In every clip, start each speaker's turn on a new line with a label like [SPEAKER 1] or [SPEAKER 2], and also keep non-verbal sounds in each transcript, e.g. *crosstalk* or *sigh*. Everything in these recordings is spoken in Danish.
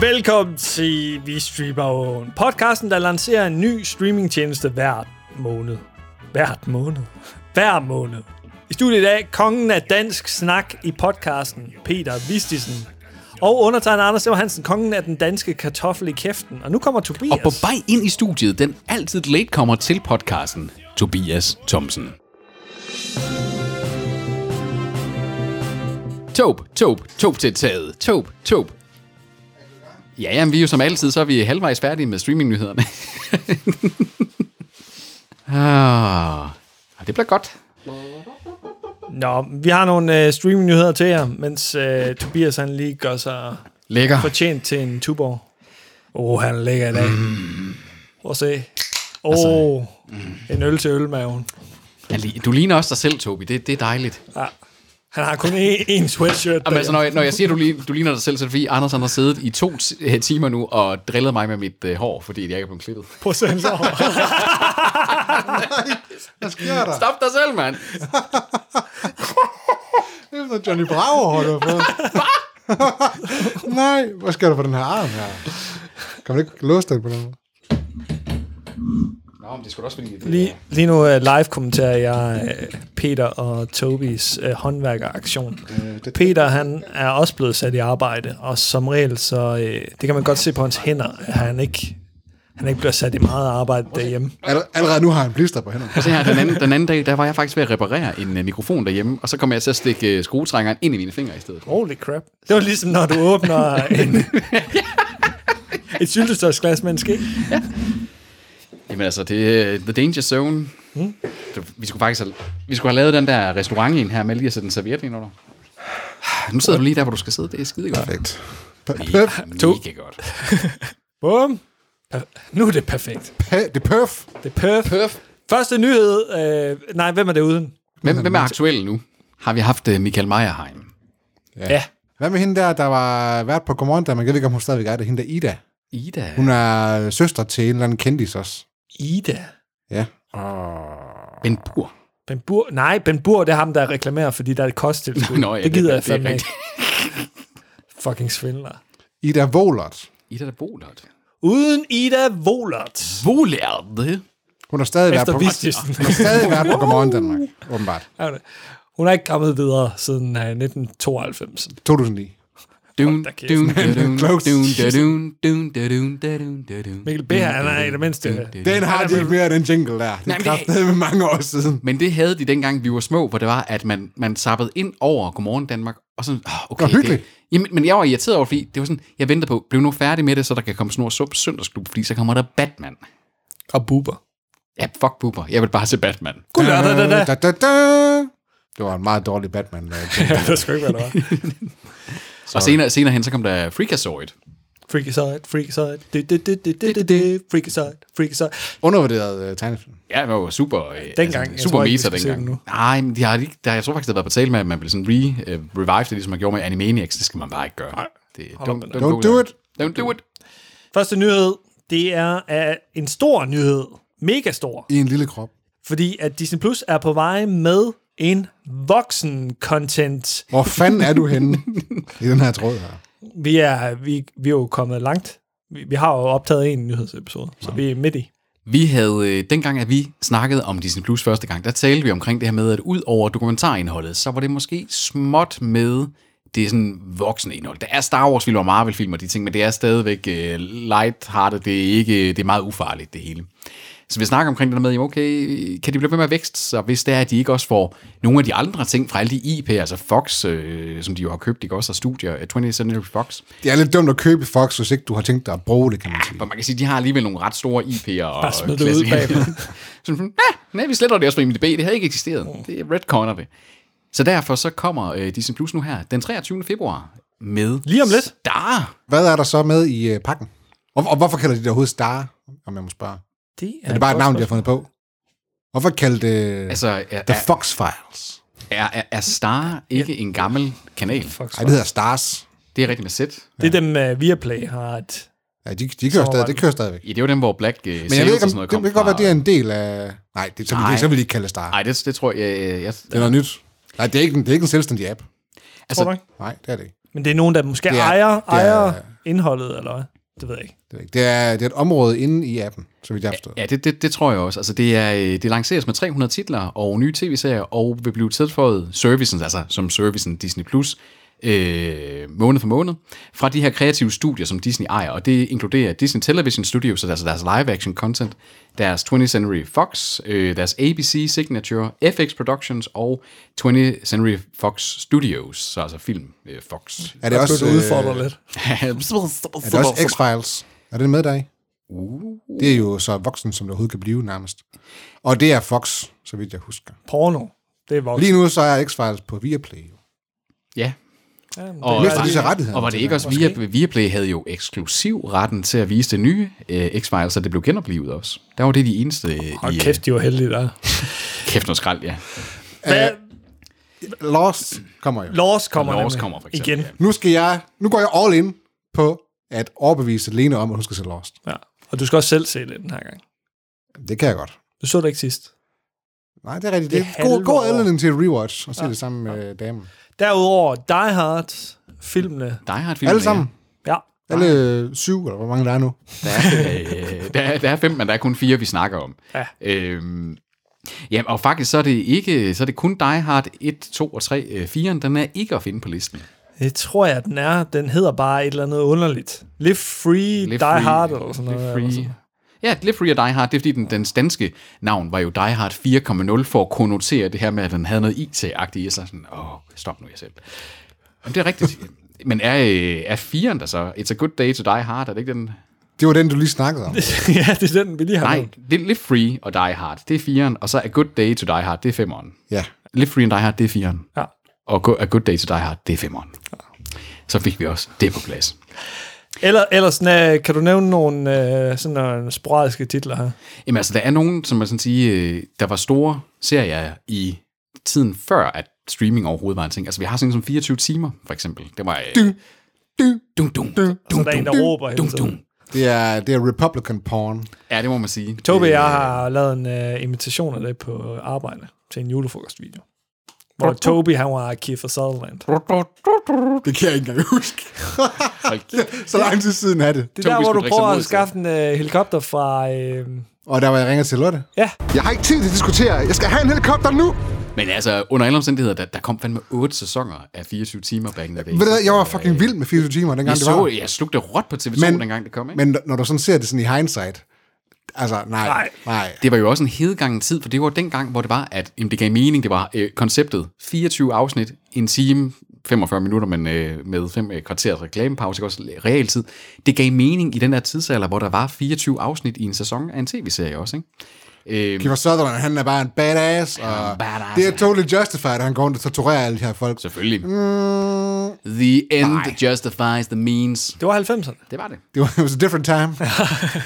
[SPEAKER 1] Velkommen til Vi Streamer Own, podcasten, der lancerer en ny streamingtjeneste hver måned. Hvert måned? Hver måned. I studiet i dag, kongen af dansk snak i podcasten, Peter Vistisen. Og undertegnet Anders Lever Hansen, kongen af den danske kartoffel i kæften. Og nu kommer Tobias.
[SPEAKER 2] Og på vej ind i studiet, den altid late kommer til podcasten, Tobias Thomsen. Tob, tob, tob til taget. Tob, tob. Ja, jamen, vi er jo som altid, så er vi halvvejs færdige med streamingnyhederne. *laughs* ah, og det bliver godt.
[SPEAKER 1] Nå, vi har nogle øh, streamingnyheder til jer, mens øh, Tobias han lige gør sig
[SPEAKER 2] Lækker.
[SPEAKER 1] fortjent til en Tuborg. Åh, oh, han ligger i dag. Mm. Prøv at se. Åh, oh, altså, mm. en øl til ølmaven.
[SPEAKER 2] Jeg li- Du ligner også dig selv, Tobi. Det, det er dejligt.
[SPEAKER 1] Ja. Han har kun én, én sweatshirt.
[SPEAKER 2] Jamen,
[SPEAKER 1] derhjemme.
[SPEAKER 2] altså, når, jeg, når jeg siger, du, lign- du ligner dig selv, så er det fordi, Anders han har siddet i to t- øh, timer nu og drillet mig med mit øh, hår, fordi jeg ikke er blevet klippet.
[SPEAKER 1] Prøv at se hans hår.
[SPEAKER 2] *laughs*
[SPEAKER 3] Hvad sker der?
[SPEAKER 2] Stop dig selv, mand!
[SPEAKER 3] Det er noget Johnny Bravo har du fået. Nej, hvad sker der på den her arm her? Kan man ikke låse den på den måde?
[SPEAKER 2] Nå, men det skulle også fordi... Det,
[SPEAKER 1] lige, lige nu uh, live kommenterer jeg uh, Peter og Tobis uh, håndværkeraktion.
[SPEAKER 3] Øh, det-
[SPEAKER 1] Peter, han er også blevet sat i arbejde, og som regel, så uh, det kan man godt se på hans hænder, at han ikke, han ikke bliver sat i meget arbejde derhjemme.
[SPEAKER 3] Aller- Allerede nu har han blister på hænderne.
[SPEAKER 2] Se her, den anden, den anden dag, der var jeg faktisk ved at reparere en uh, mikrofon derhjemme, og så kom jeg til at stikke uh, skruetrængeren ind i mine fingre i stedet.
[SPEAKER 1] Holy crap. Det var ligesom, når du åbner en, *laughs* et syltetøjsglas med en ske.
[SPEAKER 2] Jamen altså, det er uh, The Danger Zone. Mm. Vi skulle faktisk have, vi skulle have lavet den der restaurant en her med lige at sætte en serviet ind under. Nu sidder du lige der, hvor du skal sidde. Det er skide godt.
[SPEAKER 3] Perfekt. Per- Perf.
[SPEAKER 2] Mega godt.
[SPEAKER 1] Bum. Per- Nu er det perfekt.
[SPEAKER 3] Pe- Det er perf.
[SPEAKER 1] Det er perfekt.
[SPEAKER 2] Perf.
[SPEAKER 1] Første nyhed. Øh, nej, hvem er det uden?
[SPEAKER 2] Hvem, hvem er aktuel nu? Har vi haft uh, Michael Meierheim?
[SPEAKER 1] Ja.
[SPEAKER 3] Hvad med hende der, der var vært på Godmorgen Danmark? Jeg ved ikke, om hun stadigvæk er det. Hende der Ida.
[SPEAKER 2] Ida.
[SPEAKER 3] Hun er søster til en eller anden kendis også.
[SPEAKER 1] Ida.
[SPEAKER 3] Ja.
[SPEAKER 2] Ben Bur.
[SPEAKER 1] Ben Bur. Nej, Ben Bur, det er ham, der reklamerer, fordi der er et kosttilskud.
[SPEAKER 2] *laughs* Nå, ja,
[SPEAKER 1] det
[SPEAKER 2] det-
[SPEAKER 1] gider
[SPEAKER 2] det-
[SPEAKER 1] jeg
[SPEAKER 2] det er
[SPEAKER 1] fandme ikke. Fucking svindler.
[SPEAKER 3] Ida Wohlert.
[SPEAKER 2] Ida, der bor Lord.
[SPEAKER 1] Uden Ida Volert.
[SPEAKER 2] Volerde.
[SPEAKER 3] Hun har stadig været
[SPEAKER 1] Efter
[SPEAKER 3] på,
[SPEAKER 1] Vistisen.
[SPEAKER 3] hun har stadig været på Godmorgen Danmark, åbenbart.
[SPEAKER 1] Hun er ikke kommet videre siden uh, 1992.
[SPEAKER 3] 2009.
[SPEAKER 2] Dun,
[SPEAKER 1] da kæft.
[SPEAKER 2] dun, da dun,
[SPEAKER 3] Close.
[SPEAKER 2] dun, da dun, dun, da dun, da dun, da dun.
[SPEAKER 1] Mikkel B. han er i det mindste. øh,
[SPEAKER 3] Den har de ikke mere, den jingle der. Det
[SPEAKER 2] Nej, men
[SPEAKER 3] er
[SPEAKER 2] det-
[SPEAKER 3] kraftedet med mange år siden.
[SPEAKER 2] Men det havde de dengang, vi var små, hvor det var, at man, man zappede ind over Godmorgen Danmark, og sådan, oh, okay,
[SPEAKER 3] Nå, hyggeligt.
[SPEAKER 2] Det, jamen, men jeg var irriteret over, fordi det var sådan, jeg venter på, blev nu færdig med det, så der kan komme snor sup søndagsklub, fordi så kommer der Batman.
[SPEAKER 1] Og buber.
[SPEAKER 2] Ja, fuck buber, jeg vil bare se Batman.
[SPEAKER 1] God lørdag, da, da.
[SPEAKER 3] Da, da, da. Det var en meget dårlig Batman. øh, jingle.
[SPEAKER 1] *laughs* Jeg ved sgu ikke, hvad det var.
[SPEAKER 2] Og senere, senere hen, så kom der Freakazoid.
[SPEAKER 1] Freakazoid, Freakazoid, det, det, det, det, det, det, det, Freakazoid, Freakazoid.
[SPEAKER 3] Undervurderet uh, tegnefilm.
[SPEAKER 2] Ja, det var jo super, øh,
[SPEAKER 1] Dengang, jeg
[SPEAKER 2] altså, super
[SPEAKER 1] tror ikke, vi
[SPEAKER 2] meta
[SPEAKER 1] skal se
[SPEAKER 2] dengang.
[SPEAKER 1] det nu.
[SPEAKER 2] Nu. Nej, men de har, ikke- der, jeg tror faktisk, det har været på tale med, at man blev sådan re, øh, revive det, ligesom man gjorde med Animaniacs. Det skal man bare ikke gøre. Nej. Det, don't,
[SPEAKER 1] op med det.
[SPEAKER 3] Don't
[SPEAKER 2] go
[SPEAKER 3] do
[SPEAKER 2] there.
[SPEAKER 3] it.
[SPEAKER 2] Don't do it.
[SPEAKER 1] Første nyhed, det er øh, en stor nyhed. Mega stor.
[SPEAKER 3] I en lille krop.
[SPEAKER 1] Fordi at Disney Plus er på vej med en voksen-content.
[SPEAKER 3] Hvor fanden er du henne i den her tråd her?
[SPEAKER 1] Vi er, vi, vi er jo kommet langt. Vi, vi har jo optaget en nyhedsepisode, så vi er midt i.
[SPEAKER 2] Vi havde, øh, dengang at vi snakkede om Disney Plus første gang, der talte vi omkring det her med, at ud over dokumentarindholdet, så var det måske småt med det sådan voksne indhold. Der er Star Wars-film og Marvel-film og de ting, men det er stadigvæk øh, light-hearted, det er, ikke, det er meget ufarligt det hele. Så vi snakker omkring det der med, jamen okay, kan de blive ved med at vækste, så hvis det er, at de ikke også får nogle af de andre ting fra alle de IP, altså Fox, øh, som de jo har købt, ikke også, og studier, øh, 20th Century Fox,
[SPEAKER 3] Det er lidt dumt at købe Fox, hvis ikke du har tænkt dig at bruge det, kan man sige.
[SPEAKER 2] for man kan sige, de har alligevel nogle ret store IP'er. og
[SPEAKER 1] Bare smid det ud bagved.
[SPEAKER 2] *laughs* Sådan, ja, nej, vi sletter det også fra IMDb. Det havde ikke eksisteret.
[SPEAKER 3] Mm.
[SPEAKER 2] Det er retconner det. Så derfor så kommer øh, Disney Plus nu her den 23. februar med
[SPEAKER 1] Lige om lidt.
[SPEAKER 2] Star.
[SPEAKER 3] Hvad er der så med i øh, pakken? Og, og hvorfor kalder de det overhovedet Star, om jeg må spørge?
[SPEAKER 1] Det
[SPEAKER 3] Er det bare et navn, de har fundet på? Hvorfor kalder det
[SPEAKER 2] Altså, er,
[SPEAKER 3] The
[SPEAKER 2] er,
[SPEAKER 3] Fox Files?
[SPEAKER 2] er, er, er Star ikke en gammel kanal?
[SPEAKER 3] Nej, det hedder Stars.
[SPEAKER 2] Det er rigtigt med sæt.
[SPEAKER 1] Det er dem, uh, Viaplay har et...
[SPEAKER 3] Ja, de, de kører stadig, det kører stadigvæk.
[SPEAKER 2] Ja, det var dem, hvor Black øh,
[SPEAKER 3] Men jeg
[SPEAKER 2] og
[SPEAKER 3] ved ikke, om,
[SPEAKER 2] sådan noget
[SPEAKER 3] det
[SPEAKER 2] kom
[SPEAKER 3] kan godt være, det er en del af... Nej, det, så, vil de,
[SPEAKER 2] Nej.
[SPEAKER 3] så vil de ikke kalde det Star.
[SPEAKER 2] Nej, det, det tror jeg... jeg, jeg
[SPEAKER 3] Det er noget nyt. Nej, det er ikke, en- det er ikke en selvstændig app.
[SPEAKER 1] Tror du
[SPEAKER 2] altså,
[SPEAKER 1] ikke?
[SPEAKER 3] Nej, det er det ikke.
[SPEAKER 1] Men det er nogen, der måske
[SPEAKER 3] Det er-
[SPEAKER 1] ejer,
[SPEAKER 3] er-
[SPEAKER 1] ejer indholdet, eller hvad? Det ved jeg ikke.
[SPEAKER 3] Det, er, ikke- det, er, det er et område inde i appen, som vi har forstået.
[SPEAKER 2] Ja, det, det, det tror jeg også. Altså, det, er, øh, det lanceres med 300 titler og nye tv-serier, og vil blive tilføjet servicen, altså som servicen Disney+, Plus, øh, måned for måned, fra de her kreative studier, som Disney ejer, og det inkluderer Disney Television Studios, altså deres live-action content, deres 20th Century Fox, øh, deres ABC Signature, FX Productions og 20th Century Fox Studios, så altså film øh,
[SPEAKER 3] *laughs*
[SPEAKER 2] Fox.
[SPEAKER 3] Er det
[SPEAKER 1] Jeg
[SPEAKER 3] også,
[SPEAKER 1] skulle udfordre
[SPEAKER 3] øh,
[SPEAKER 1] lidt.
[SPEAKER 3] er det også X-Files? Er det med dig?
[SPEAKER 2] Uh.
[SPEAKER 3] Det er jo så voksen, som det overhovedet kan blive nærmest. Og det er Fox, så vidt jeg husker.
[SPEAKER 1] Porno. Det er voksen.
[SPEAKER 3] Lige nu så er X-Files på Viaplay. jo.
[SPEAKER 2] Ja,
[SPEAKER 1] Ja, men det
[SPEAKER 2] Og-
[SPEAKER 1] er-
[SPEAKER 3] Mister de så rettighederne?
[SPEAKER 2] Og var det
[SPEAKER 1] altså.
[SPEAKER 2] ikke også, via, Viaplay havde jo eksklusiv retten til at vise det nye øh, X-Files, så det blev genoplivet også. Der var det de eneste øh,
[SPEAKER 1] Hold
[SPEAKER 2] i øh,
[SPEAKER 1] kæft, de var heldige der.
[SPEAKER 2] kæft noget skrald, ja.
[SPEAKER 1] Hvad?
[SPEAKER 3] Øh, Lost kommer jo.
[SPEAKER 1] Lors kommer
[SPEAKER 2] Lars
[SPEAKER 1] nemlig
[SPEAKER 2] kommer for eksempel.
[SPEAKER 1] Igen.
[SPEAKER 2] Ja.
[SPEAKER 3] Nu, skal jeg, nu går jeg all in på at overbevise Lene om, at hun skal se Lost.
[SPEAKER 1] Ja. Og du skal også selv se det den her gang.
[SPEAKER 3] Det kan jeg godt.
[SPEAKER 1] Du så det ikke sidst.
[SPEAKER 3] Nej, det er rigtigt.
[SPEAKER 1] Det
[SPEAKER 3] Det
[SPEAKER 1] er
[SPEAKER 3] er god,
[SPEAKER 1] halve
[SPEAKER 3] god
[SPEAKER 1] år.
[SPEAKER 3] anledning til et rewatch og se ja. det sammen med ja. damen.
[SPEAKER 1] Derudover Die Hard, filmene.
[SPEAKER 2] Die Hard filmen.
[SPEAKER 3] Alle sammen.
[SPEAKER 1] Ja.
[SPEAKER 3] Alle øh, syv, eller hvor mange der er nu.
[SPEAKER 2] Der er, øh, der, er, der er fem, men der er kun fire, vi snakker om.
[SPEAKER 1] Ja.
[SPEAKER 2] Øhm, ja, og faktisk så er det ikke, så er det kun Die Hard 1, 2 og 3, øh, 4'eren, den er ikke at finde på listen.
[SPEAKER 1] Det tror jeg, den er. Den hedder bare et eller andet underligt. Live Free, Live Die free, Hard, eller sådan noget. altså.
[SPEAKER 2] Live
[SPEAKER 1] Eller
[SPEAKER 2] free.
[SPEAKER 1] sådan.
[SPEAKER 2] Ja, Live Free og Die Hard, det er fordi den, den danske navn var jo Die Hard 4.0 for at konnotere det her med, at den havde noget IT-agtigt i sig. Sådan, åh, stop nu jer selv. Men det er rigtigt. *laughs* Men er, øh, er 4'eren der så? It's a good day to die hard, er det ikke den?
[SPEAKER 3] Det var den, du lige snakkede
[SPEAKER 1] *laughs*
[SPEAKER 3] om.
[SPEAKER 1] *laughs* ja, det er den, vi lige har
[SPEAKER 2] Nej,
[SPEAKER 1] nævnt.
[SPEAKER 2] det er Live Free og Die Hard, det er 4'eren, og så A Good Day to Die Hard, det er 5'eren.
[SPEAKER 3] Ja.
[SPEAKER 2] Live Free and Die Hard, det er 4'eren.
[SPEAKER 1] Ja.
[SPEAKER 2] Og Go- A Good Day to Die Hard, det er 5'eren. Så fik vi også det på plads.
[SPEAKER 1] Eller, ellers, na, kan du nævne nogle øh, sådan nogle sporadiske titler her?
[SPEAKER 2] Jamen altså, der er nogen, som man sådan sige, øh, der var store serier i tiden før, at streaming overhovedet var en ting. Altså, vi har sådan noget som 24 timer, for eksempel. Det var... Øh, dun, dun, dun, dun, dun,
[SPEAKER 1] Så der er en, der råber hele
[SPEAKER 2] dun,
[SPEAKER 1] tiden.
[SPEAKER 2] dun.
[SPEAKER 3] Det er, det er Republican porn.
[SPEAKER 2] Ja, det må man sige. Øh,
[SPEAKER 1] Tobi og
[SPEAKER 2] Det-
[SPEAKER 1] jeg har lavet en uh, imitation af det på arbejde til en julefrokostvideo. Hvor Tobi, han var Kiefer Sutherland.
[SPEAKER 3] Det kan jeg ikke engang huske. *laughs*
[SPEAKER 2] Hold kæft.
[SPEAKER 3] Så lang tid siden er det.
[SPEAKER 1] Det
[SPEAKER 2] Tobi
[SPEAKER 1] er der, hvor
[SPEAKER 2] skulle
[SPEAKER 1] du
[SPEAKER 2] drikke sig
[SPEAKER 1] prøver
[SPEAKER 2] mod
[SPEAKER 1] at
[SPEAKER 2] i
[SPEAKER 1] skaffe en uh, helikopter fra... Øh,
[SPEAKER 3] Og der var jeg ringer til Lotte.
[SPEAKER 1] ja,
[SPEAKER 3] Jeg har ikke tid til at diskutere. Jeg skal have en helikopter nu.
[SPEAKER 2] Men altså, under alle omstændigheder, der, der kom fandme otte sæsoner af 24 timer back in the day.
[SPEAKER 3] Ved du hvad, jeg var fucking vild med 24 timer, dengang
[SPEAKER 2] jeg,
[SPEAKER 3] det var.
[SPEAKER 2] så, jeg slugte råt på TV2, men, dengang det kom, ikke?
[SPEAKER 3] men når du sådan ser det sådan i hindsight, altså nej,
[SPEAKER 1] Nej.
[SPEAKER 3] nej. nej.
[SPEAKER 2] Det var jo også en hedegangen tid, for det var dengang, hvor det var, at jamen, det gav mening, det var øh, konceptet 24 afsnit, en time, 45 minutter, men øh, med fem øh, kvarters reklamepause, ikke også realtid. Det gav mening i den der tidsalder, hvor der var 24 afsnit i en sæson af en tv-serie også, ikke? Øh,
[SPEAKER 3] Kiefer Sutherland, han er bare en badass, og
[SPEAKER 2] badass,
[SPEAKER 3] det er
[SPEAKER 2] ja.
[SPEAKER 3] totally justified, at han går rundt og torturerer alle de her folk.
[SPEAKER 2] selvfølgelig.
[SPEAKER 3] Mm,
[SPEAKER 2] The end justifies the means.
[SPEAKER 1] det var 90'erne.
[SPEAKER 2] Det var det.
[SPEAKER 3] det var it was a different time.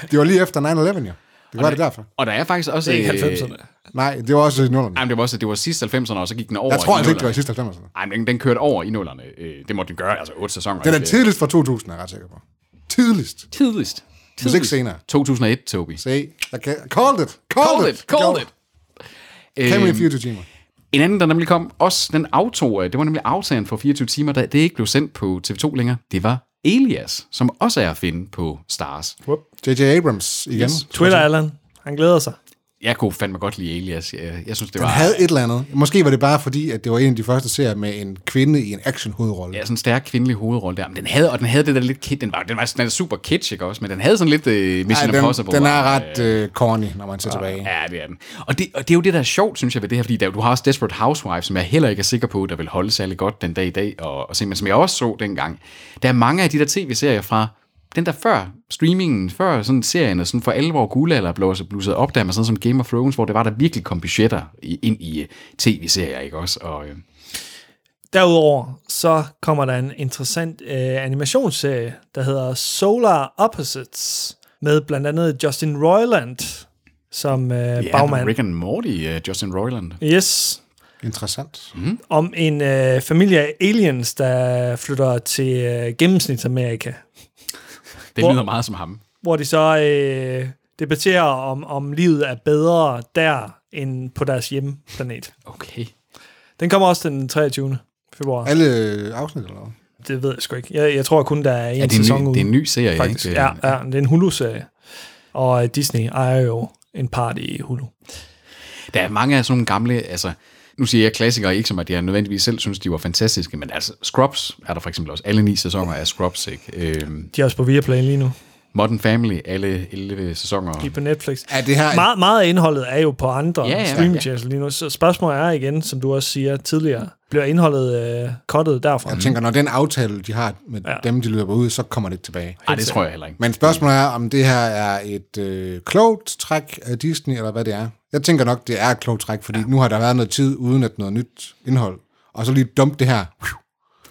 [SPEAKER 2] *laughs*
[SPEAKER 3] det var lige efter 9-11, jo. Det var det derfor.
[SPEAKER 2] Og der er faktisk også...
[SPEAKER 1] Ikke
[SPEAKER 2] øh,
[SPEAKER 1] 90'erne.
[SPEAKER 3] Nej, det var også i nullerne.
[SPEAKER 2] Jamen, det var også, det var sidst 90'erne, og så gik den over
[SPEAKER 3] Jeg tror
[SPEAKER 2] i
[SPEAKER 3] altså ikke, det var i
[SPEAKER 2] nullerne.
[SPEAKER 3] sidste 90'erne.
[SPEAKER 2] Ej, men den, den kørte over i nullerne. Øh, det måtte den gøre, altså otte sæsoner.
[SPEAKER 3] Den er
[SPEAKER 2] Øh,
[SPEAKER 3] tidligst fra 2000, er jeg ret sikker på. Tidligst.
[SPEAKER 2] Tidligst.
[SPEAKER 3] Hvis ikke senere.
[SPEAKER 2] 2001, Tobi.
[SPEAKER 3] Se, jeg kan... Called it! Called,
[SPEAKER 2] Call it, call it.
[SPEAKER 3] Cameron
[SPEAKER 2] Øhm,
[SPEAKER 3] 24 timer.
[SPEAKER 2] en anden, der nemlig kom, også den aftog, øh, det var nemlig aftageren for 24 timer, da det ikke blev sendt på TV2 længere, det var Elias, som også er at finde på Stars.
[SPEAKER 3] J.J. Abrams igen. Yes.
[SPEAKER 1] Twitter, Allan. Han glæder sig.
[SPEAKER 2] Jeg kunne fandme godt lide Elias. Jeg, jeg synes, det var
[SPEAKER 3] Han havde et eller andet. Måske var det bare fordi, at det var en af de første serier med en kvinde i en action-hovedrolle.
[SPEAKER 2] ja, sådan en stærk kvindelig hovedrolle der. Men den havde, og den havde det der lidt kid, den var, den var, den var super kitsch, ikke også? Men den havde sådan lidt uh,
[SPEAKER 3] Ej,
[SPEAKER 2] Mission
[SPEAKER 3] den,
[SPEAKER 2] Impossible.
[SPEAKER 3] den er
[SPEAKER 2] øh, Ah,
[SPEAKER 3] ret øh, corny, når man ser tilbage.
[SPEAKER 2] Ja, det er den. Og det, og det er jo det, der er sjovt, synes jeg, ved det her, fordi der, du har også Desperate Housewives, som jeg heller ikke er sikker på, der vil holde særlig godt den dag i dag, og, og se, men som jeg også så dengang. Der er mange af de der tv-serier fra den der før streamingen, før sådan serien, sådan for alvor guldalder blev så blusset op der med sådan noget som Game of Thrones, hvor det var, der virkelig kom budgetter i, ind i øh, tv-serier, ikke også? Og, øh,
[SPEAKER 1] Derudover så kommer der en interessant øh, animationsserie, der hedder Solar Opposites, med blandt andet Justin Roiland som øh, yeah, bagmand.
[SPEAKER 2] Rick and Morty, øh, Justin Roiland.
[SPEAKER 1] Yes.
[SPEAKER 3] Interessant.
[SPEAKER 1] Om en øh, familie af aliens, der flytter til øh, gennemsnitsamerika,
[SPEAKER 2] Det
[SPEAKER 1] Hvor-
[SPEAKER 2] lyder meget som ham.
[SPEAKER 1] hvor de så øh, debatterer om, om livet er bedre der end på deres hjemplanet.
[SPEAKER 2] Okay.
[SPEAKER 1] Den kommer også den 23. februar.
[SPEAKER 3] Alle øh, afsnit eller hvad?
[SPEAKER 1] det ved jeg sgu ikke. Jeg, jeg tror kun, der er en
[SPEAKER 2] Ja, det, er
[SPEAKER 1] sæson
[SPEAKER 2] en ny,
[SPEAKER 1] ude.
[SPEAKER 2] det er en ny serie,
[SPEAKER 1] faktisk.
[SPEAKER 2] ikke? øh,
[SPEAKER 1] Ja, ja, det er en Hulu-serie. Og øh, Disney ejer jo en part i Hulu.
[SPEAKER 2] Der er mange af sådan nogle gamle, altså, nu siger jeg klassikere, ikke som at jeg nødvendigvis selv synes, de var fantastiske, men altså, Scrubs er der for eksempel også. Alle ni sæsoner af Scrubs, ikke? Øhm,
[SPEAKER 1] De er også på Viaplay lige nu.
[SPEAKER 2] Modern Family, alle 11 sæsoner.
[SPEAKER 1] De er på Netflix.
[SPEAKER 3] Er det her...
[SPEAKER 1] Meget, meget af indholdet er jo på andre
[SPEAKER 2] Ja,
[SPEAKER 1] ja,
[SPEAKER 2] ja,
[SPEAKER 1] ja,
[SPEAKER 2] ja.
[SPEAKER 1] streamingtjenester lige nu. Så spørgsmålet er igen, som du også siger tidligere, bliver indholdet øh, cuttet derfra?
[SPEAKER 3] Jeg tænker, når den aftale, de har med
[SPEAKER 1] Ja.
[SPEAKER 3] ja. dem, de løber ud, så kommer det ikke tilbage.
[SPEAKER 2] Nej, det tror jeg heller ikke.
[SPEAKER 3] Men spørgsmålet er, om det her er et øh, klogt træk af Disney, eller hvad det er. Jeg tænker nok, det er et klogt træk, fordi ja. nu har der været noget tid uden at noget nyt indhold. Og så lige dump det her.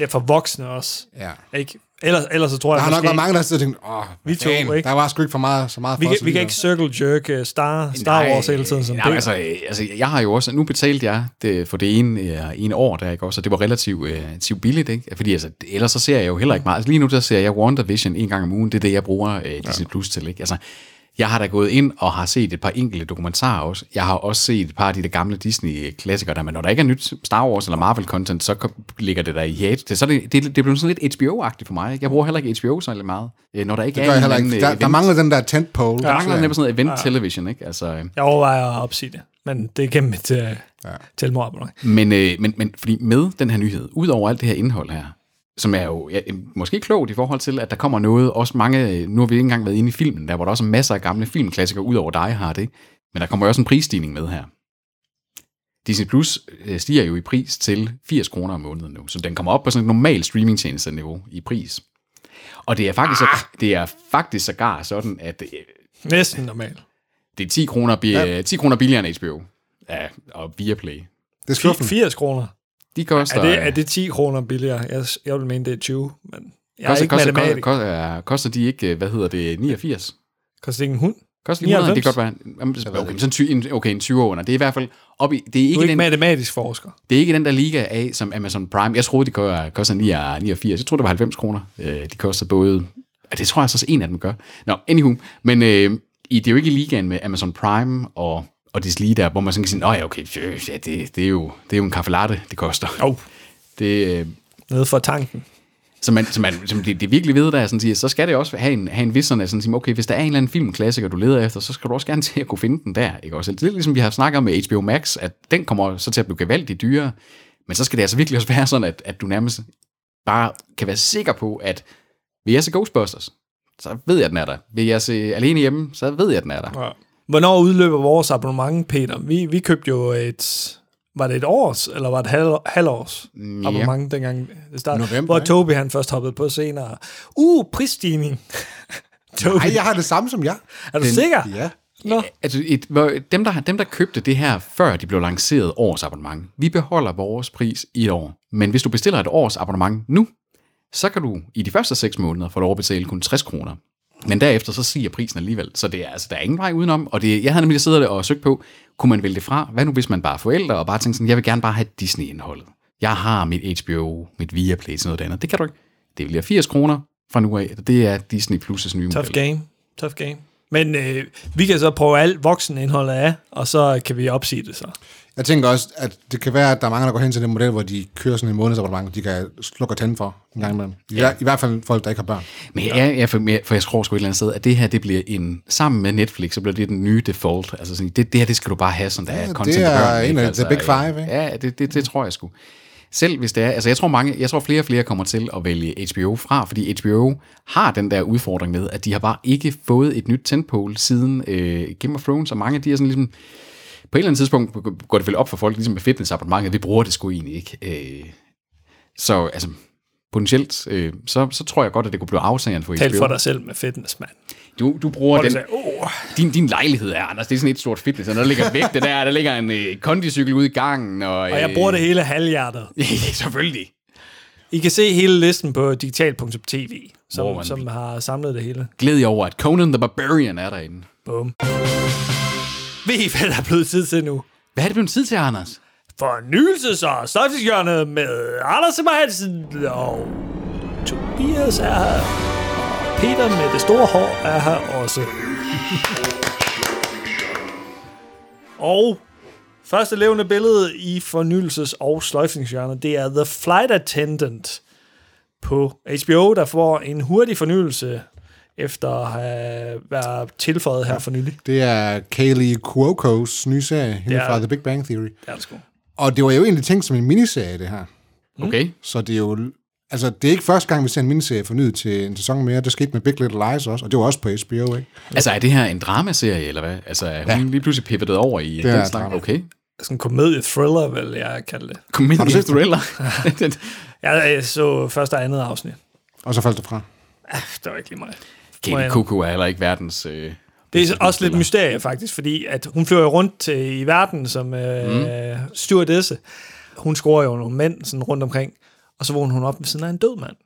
[SPEAKER 1] Ja, for voksne også.
[SPEAKER 3] Ja.
[SPEAKER 1] Ikke? Ellers, ellers så tror
[SPEAKER 3] Der
[SPEAKER 1] jeg
[SPEAKER 3] har nok
[SPEAKER 1] måske...
[SPEAKER 3] været mange, der har siddet og tænkt, åh,
[SPEAKER 1] Vi
[SPEAKER 3] vi
[SPEAKER 1] to, ikke?
[SPEAKER 3] der var sgu ikke for meget, så meget
[SPEAKER 1] vi,
[SPEAKER 3] for
[SPEAKER 1] kan,
[SPEAKER 3] os
[SPEAKER 1] vi kan
[SPEAKER 3] alligevel.
[SPEAKER 1] ikke circle jerk øh, Star, Star Wars hele tiden. Som
[SPEAKER 2] nej,
[SPEAKER 1] det.
[SPEAKER 2] altså, øh, altså, jeg har jo også, nu betalte jeg det, for det ene, øh, ene år der, ikke også, og det var relativt øh, relativt billigt, ikke? Fordi altså, ellers så ser jeg jo heller ikke meget. Altså, lige nu der ser jeg WandaVision en gang om ugen, det er det, jeg bruger øh, Disney Plus til, ikke? Altså, jeg har da gået ind og har set et par enkelte dokumentarer også. Jeg har også set et par af de der gamle Disney-klassikere der, men når der ikke er nyt Star Wars eller Marvel-content, så kom- ligger det der i hat. Det, så er det, det, det er blevet sådan lidt HBO-agtigt for mig. Ikke? Jeg bruger heller ikke HBO særlig meget. Øh, Når der ikke
[SPEAKER 3] Det
[SPEAKER 2] er
[SPEAKER 3] gør
[SPEAKER 2] en
[SPEAKER 3] jeg
[SPEAKER 2] eller
[SPEAKER 3] heller
[SPEAKER 2] anden,
[SPEAKER 3] ikke.
[SPEAKER 2] øh,
[SPEAKER 3] Der, der
[SPEAKER 2] event-
[SPEAKER 3] mangler den der tentpole.
[SPEAKER 2] der mangler nemlig sådan noget event television, ikke? Altså, øh.
[SPEAKER 1] Jeg overvejer at opsige det, men det er gennem mit øh, ja. telmorabonnement.
[SPEAKER 2] Men, øh, men, men fordi med den her nyhed, ud over alt det her indhold her, som er jo ja, øh, måske klogt i forhold til, at der kommer noget, også mange, øh, nu har vi ikke engang været inde i filmen, der var der også masser af gamle filmklassikere ud over Die Hard, ikke? men der kommer jo også en prisstigning med her. Disney Plus øh, stiger jo i pris til 80 kroner om måneden nu, så den kommer op på sådan et normalt streamingtjenesteniveau i pris. Og det er faktisk, ah. det er faktisk sågar sådan, at øh,
[SPEAKER 1] Næsten normalt.
[SPEAKER 2] det er 10 kroner, bi- ja. 10 kroner billigere end HBO ja, og Viaplay.
[SPEAKER 3] Det er skuffende.
[SPEAKER 1] 80 kroner.
[SPEAKER 2] De koster...
[SPEAKER 1] Er det, er det 10 kroner billigere? Jeg, jeg vil mene, det er 20, men jeg er
[SPEAKER 2] Koster,
[SPEAKER 1] ikke
[SPEAKER 2] koster, koster,
[SPEAKER 1] matematiker. Koster,
[SPEAKER 2] koster, koster de ikke, øh, hvad hedder det, 89?
[SPEAKER 1] koster ikke en hund?
[SPEAKER 2] Koster de 100?
[SPEAKER 1] 99?
[SPEAKER 2] Det kan godt være. Jamen, okay, sådan ty, en, okay, en 20 under. Det er i hvert fald op i, det er
[SPEAKER 1] Du
[SPEAKER 2] ikke,
[SPEAKER 1] er ikke
[SPEAKER 2] den,
[SPEAKER 1] matematisk forsker.
[SPEAKER 2] det er ikke den der liga af, som Amazon Prime. Jeg troede, de koster- koster 89. Jeg troede, det var 90 kroner. Øh, de koster både... Ja, Det tror jeg så også en af dem gør. Nå, anywho. Men øh, i, det er jo ikke i ligaen med Amazon Prime og, og det lige der, hvor man sådan kan sige, nej, okay, øh, ja, det, det, er jo, det er jo en kaffe latte, det koster.
[SPEAKER 1] Jo, oh,
[SPEAKER 2] Det, øh,
[SPEAKER 1] nede for tanken.
[SPEAKER 2] så man, så man som det, det virkelig ved, der er sådan siger, så skal det også have en, have en vis sådan, at sådan sige, okay, hvis der er en eller anden filmklassiker, du leder efter, så skal du også gerne *laughs* til at kunne finde den der, ikke også? Det er lidt ligesom vi har snakket om med HBO Max, at den kommer så til at blive gevaldigt dyrere, men så skal det altså virkelig også *laughs* være sådan, at, at du nærmest bare kan være sikker på, at vil jeg se Ghostbusters, så ved jeg, at den er der. Vil jeg se Alene Hjemme, så ved jeg, at den er der.
[SPEAKER 1] Ja. Hvornår udløber vores abonnement, Peter? Vi, vi købte jo et... Var det et års, eller var det et halv, halvårs
[SPEAKER 2] Ja.
[SPEAKER 1] abonnement, dengang det startede?
[SPEAKER 3] November,
[SPEAKER 1] hvor
[SPEAKER 3] ikke?
[SPEAKER 1] Toby han først hoppede på senere. Uh, prisstigning. *laughs* Toby,
[SPEAKER 3] Ej, jeg har det samme som jer.
[SPEAKER 1] er du sikker?
[SPEAKER 3] Ja.
[SPEAKER 1] Nå.
[SPEAKER 2] Altså, et, hvor- dem, der, dem, der købte det her, før de blev lanceret års abonnement, vi beholder vores pris i et år. Men hvis du bestiller et års abonnement nu, så kan du i de første 6 måneder få lov at betale kun 60 kroner. Men derefter så stiger prisen alligevel. Så det er, altså, der er ingen vej udenom. Og det, jeg havde nemlig siddet og søgt på, kunne man vælge det fra? Hvad nu, hvis man bare er forældre og bare tænker sådan, jeg vil gerne bare have Disney-indholdet. Jeg har mit HBO, mit Viaplay, sådan noget andet. Det kan du ikke. Det bliver 80 kroner fra nu af. Det er Disney Plus' nye
[SPEAKER 1] Tough
[SPEAKER 2] model.
[SPEAKER 1] game. Tough game. Men øh, vi kan så prøve alt voksenindholdet af, og så kan vi opsige det så.
[SPEAKER 3] Jeg tænker også, at det kan være, at der er mange, der går hen til den model, hvor de kører sådan en månedsabonnement, de kan slukke og tænde for en gang imellem. I, ja. I hvert fald folk, der ikke har børn.
[SPEAKER 2] Men ja. jeg, jeg, for, jeg, for jeg tror sgu et eller andet sted, at det her, det bliver en, sammen med Netflix, så bliver det den nye default. Altså sådan, det, det her, det skal du bare have, sådan der ja, er
[SPEAKER 3] det
[SPEAKER 2] content.
[SPEAKER 3] er
[SPEAKER 2] for børn,
[SPEAKER 3] en
[SPEAKER 2] ikke? Altså, øh,
[SPEAKER 3] af the big five, ikke?
[SPEAKER 2] Ja, det, det, det tror jeg sgu. Selv hvis det er, altså jeg tror mange, jeg tror flere og flere kommer til at vælge HBO fra, fordi HBO har den der udfordring med, at de har bare ikke fået et nyt tentpole siden øh, Game of Thrones, og mange af de er sådan ligesom, på et eller andet tidspunkt går det vel op for folk, ligesom med fitnessabonnementet, vi bruger det sgu egentlig ikke. Øh, så altså, potentielt, øh, så, så tror jeg godt, at det kunne blive afsageren for
[SPEAKER 1] Tal
[SPEAKER 2] HBO.
[SPEAKER 1] for dig selv med fitness, mand.
[SPEAKER 2] Du, du bruger
[SPEAKER 1] Og det
[SPEAKER 2] den,
[SPEAKER 1] sagde, oh,
[SPEAKER 2] din, din lejlighed er, Anders, det er sådan et stort fitness, og der ligger vægte der, der ligger en øh, kondicykel ude i gangen. Og,
[SPEAKER 1] og jeg
[SPEAKER 2] *laughs* Øh.
[SPEAKER 1] bruger det hele halvhjertet.
[SPEAKER 2] hele. Selvfølgelig.
[SPEAKER 1] I kan se hele listen på digital.tv,
[SPEAKER 2] Hvor man-
[SPEAKER 1] som, som har samlet det hele.
[SPEAKER 2] Glæd jer over, at Conan the Barbarian er derinde.
[SPEAKER 1] Bum. Ved I, hvad der er blevet tid til nu?
[SPEAKER 2] Hvad er det blevet tid til, Anders?
[SPEAKER 1] Fornyelses- og stoffiskjørnet med Anders Simmer Hansen og Tobias er her. Og Peter med det store hår er her også. og første levende billede i fornyelses- og sløjfningshjørnet, det er The Flight Attendant. på HBO, der får en hurtig fornyelse efter at have været tilføjet her for nylig.
[SPEAKER 3] Det er Kaylee Cuocos nye serie, hende
[SPEAKER 1] Det er-
[SPEAKER 3] fra The Big Bang Theory.
[SPEAKER 1] Det er det sgu.
[SPEAKER 3] Og det var jo egentlig tænkt som en miniserie, det her.
[SPEAKER 2] Okay.
[SPEAKER 3] Så det er jo... Altså, det er ikke første gang, vi ser en miniserie fornyet til en sæson mere. Det skete med Big Little Lies også, og det var også på HBO, ikke?
[SPEAKER 2] Altså, er det her en dramaserie, eller hvad? Altså, er hun ja. lige pludselig pivotet over i
[SPEAKER 3] er
[SPEAKER 2] den
[SPEAKER 3] et
[SPEAKER 2] slags?
[SPEAKER 3] drama.
[SPEAKER 2] Okay.
[SPEAKER 1] Sådan en komedie-thriller, vil jeg kalde det.
[SPEAKER 2] Comedy
[SPEAKER 3] Har du set den?
[SPEAKER 2] thriller. *laughs* Den-
[SPEAKER 1] Jeg, jeg så første og andet afsnit.
[SPEAKER 3] Og så faldt det fra.
[SPEAKER 1] Ah, det var ikke lige mig. Må
[SPEAKER 2] Katie
[SPEAKER 1] jeg-
[SPEAKER 2] Coco er heller ikke verdens... Øh,
[SPEAKER 1] Det er også lidt mysterie, faktisk, fordi at hun flyver jo rundt til, i verden som øh, mm. stewardesse. Hun scorer jo nogle mænd sådan rundt omkring, og så vågner hun op ved siden af en død *gasps* mand.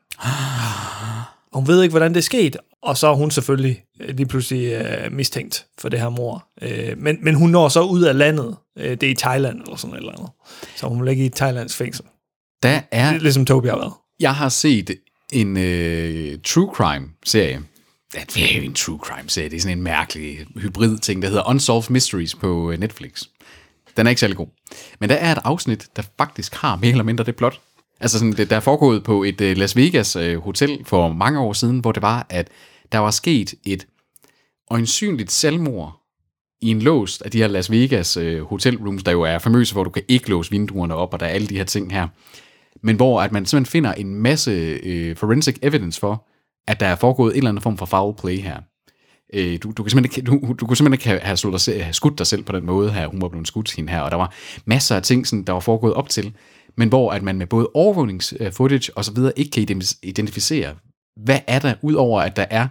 [SPEAKER 1] Og hun ved ikke, hvordan det er sket, og så er hun selvfølgelig øh, lige pludselig øh, mistænkt for det her mor. Øh, men, men hun når så ud af landet. Øh, det er i Thailand eller sådan et eller andet. Så hun ligger i et thailandsk fængsel.
[SPEAKER 2] Der er
[SPEAKER 1] Ligesom Tobi har været.
[SPEAKER 2] Jeg har set en øh, true crime-serie. Ja, Det er jo en true crime-serie. Det er sådan en mærkelig hybrid-ting, der hedder Unsolved Mysteries på øh, Netflix. Den er ikke særlig god. Men der er et afsnit, der faktisk har mere eller mindre det plot. Altså sådan, det, der er foregået på et øh, Las Vegas øh, hotel for mange år siden, hvor det var, at der var sket et øjensynligt selvmord i en låst af de her Las Vegas øh, hotelrooms, der jo er famøse, hvor du kan ikke låse vinduerne op, og der er alle de her ting her men hvor at man simpelthen finder en masse øh, forensic evidence for, at der er foregået en eller anden form for foul play her. Øh, du, du, kan simpelthen, ikke- du, du kunne simpelthen ikke have, have, slået dig selv, have skudt dig selv på den måde her, hun var blevet skudt hende her, og der var masser af ting, sådan, der var foregået op til, men hvor at man med både overvågningsfootage og så videre ikke kan identi- identificere, hvad er der, udover at der er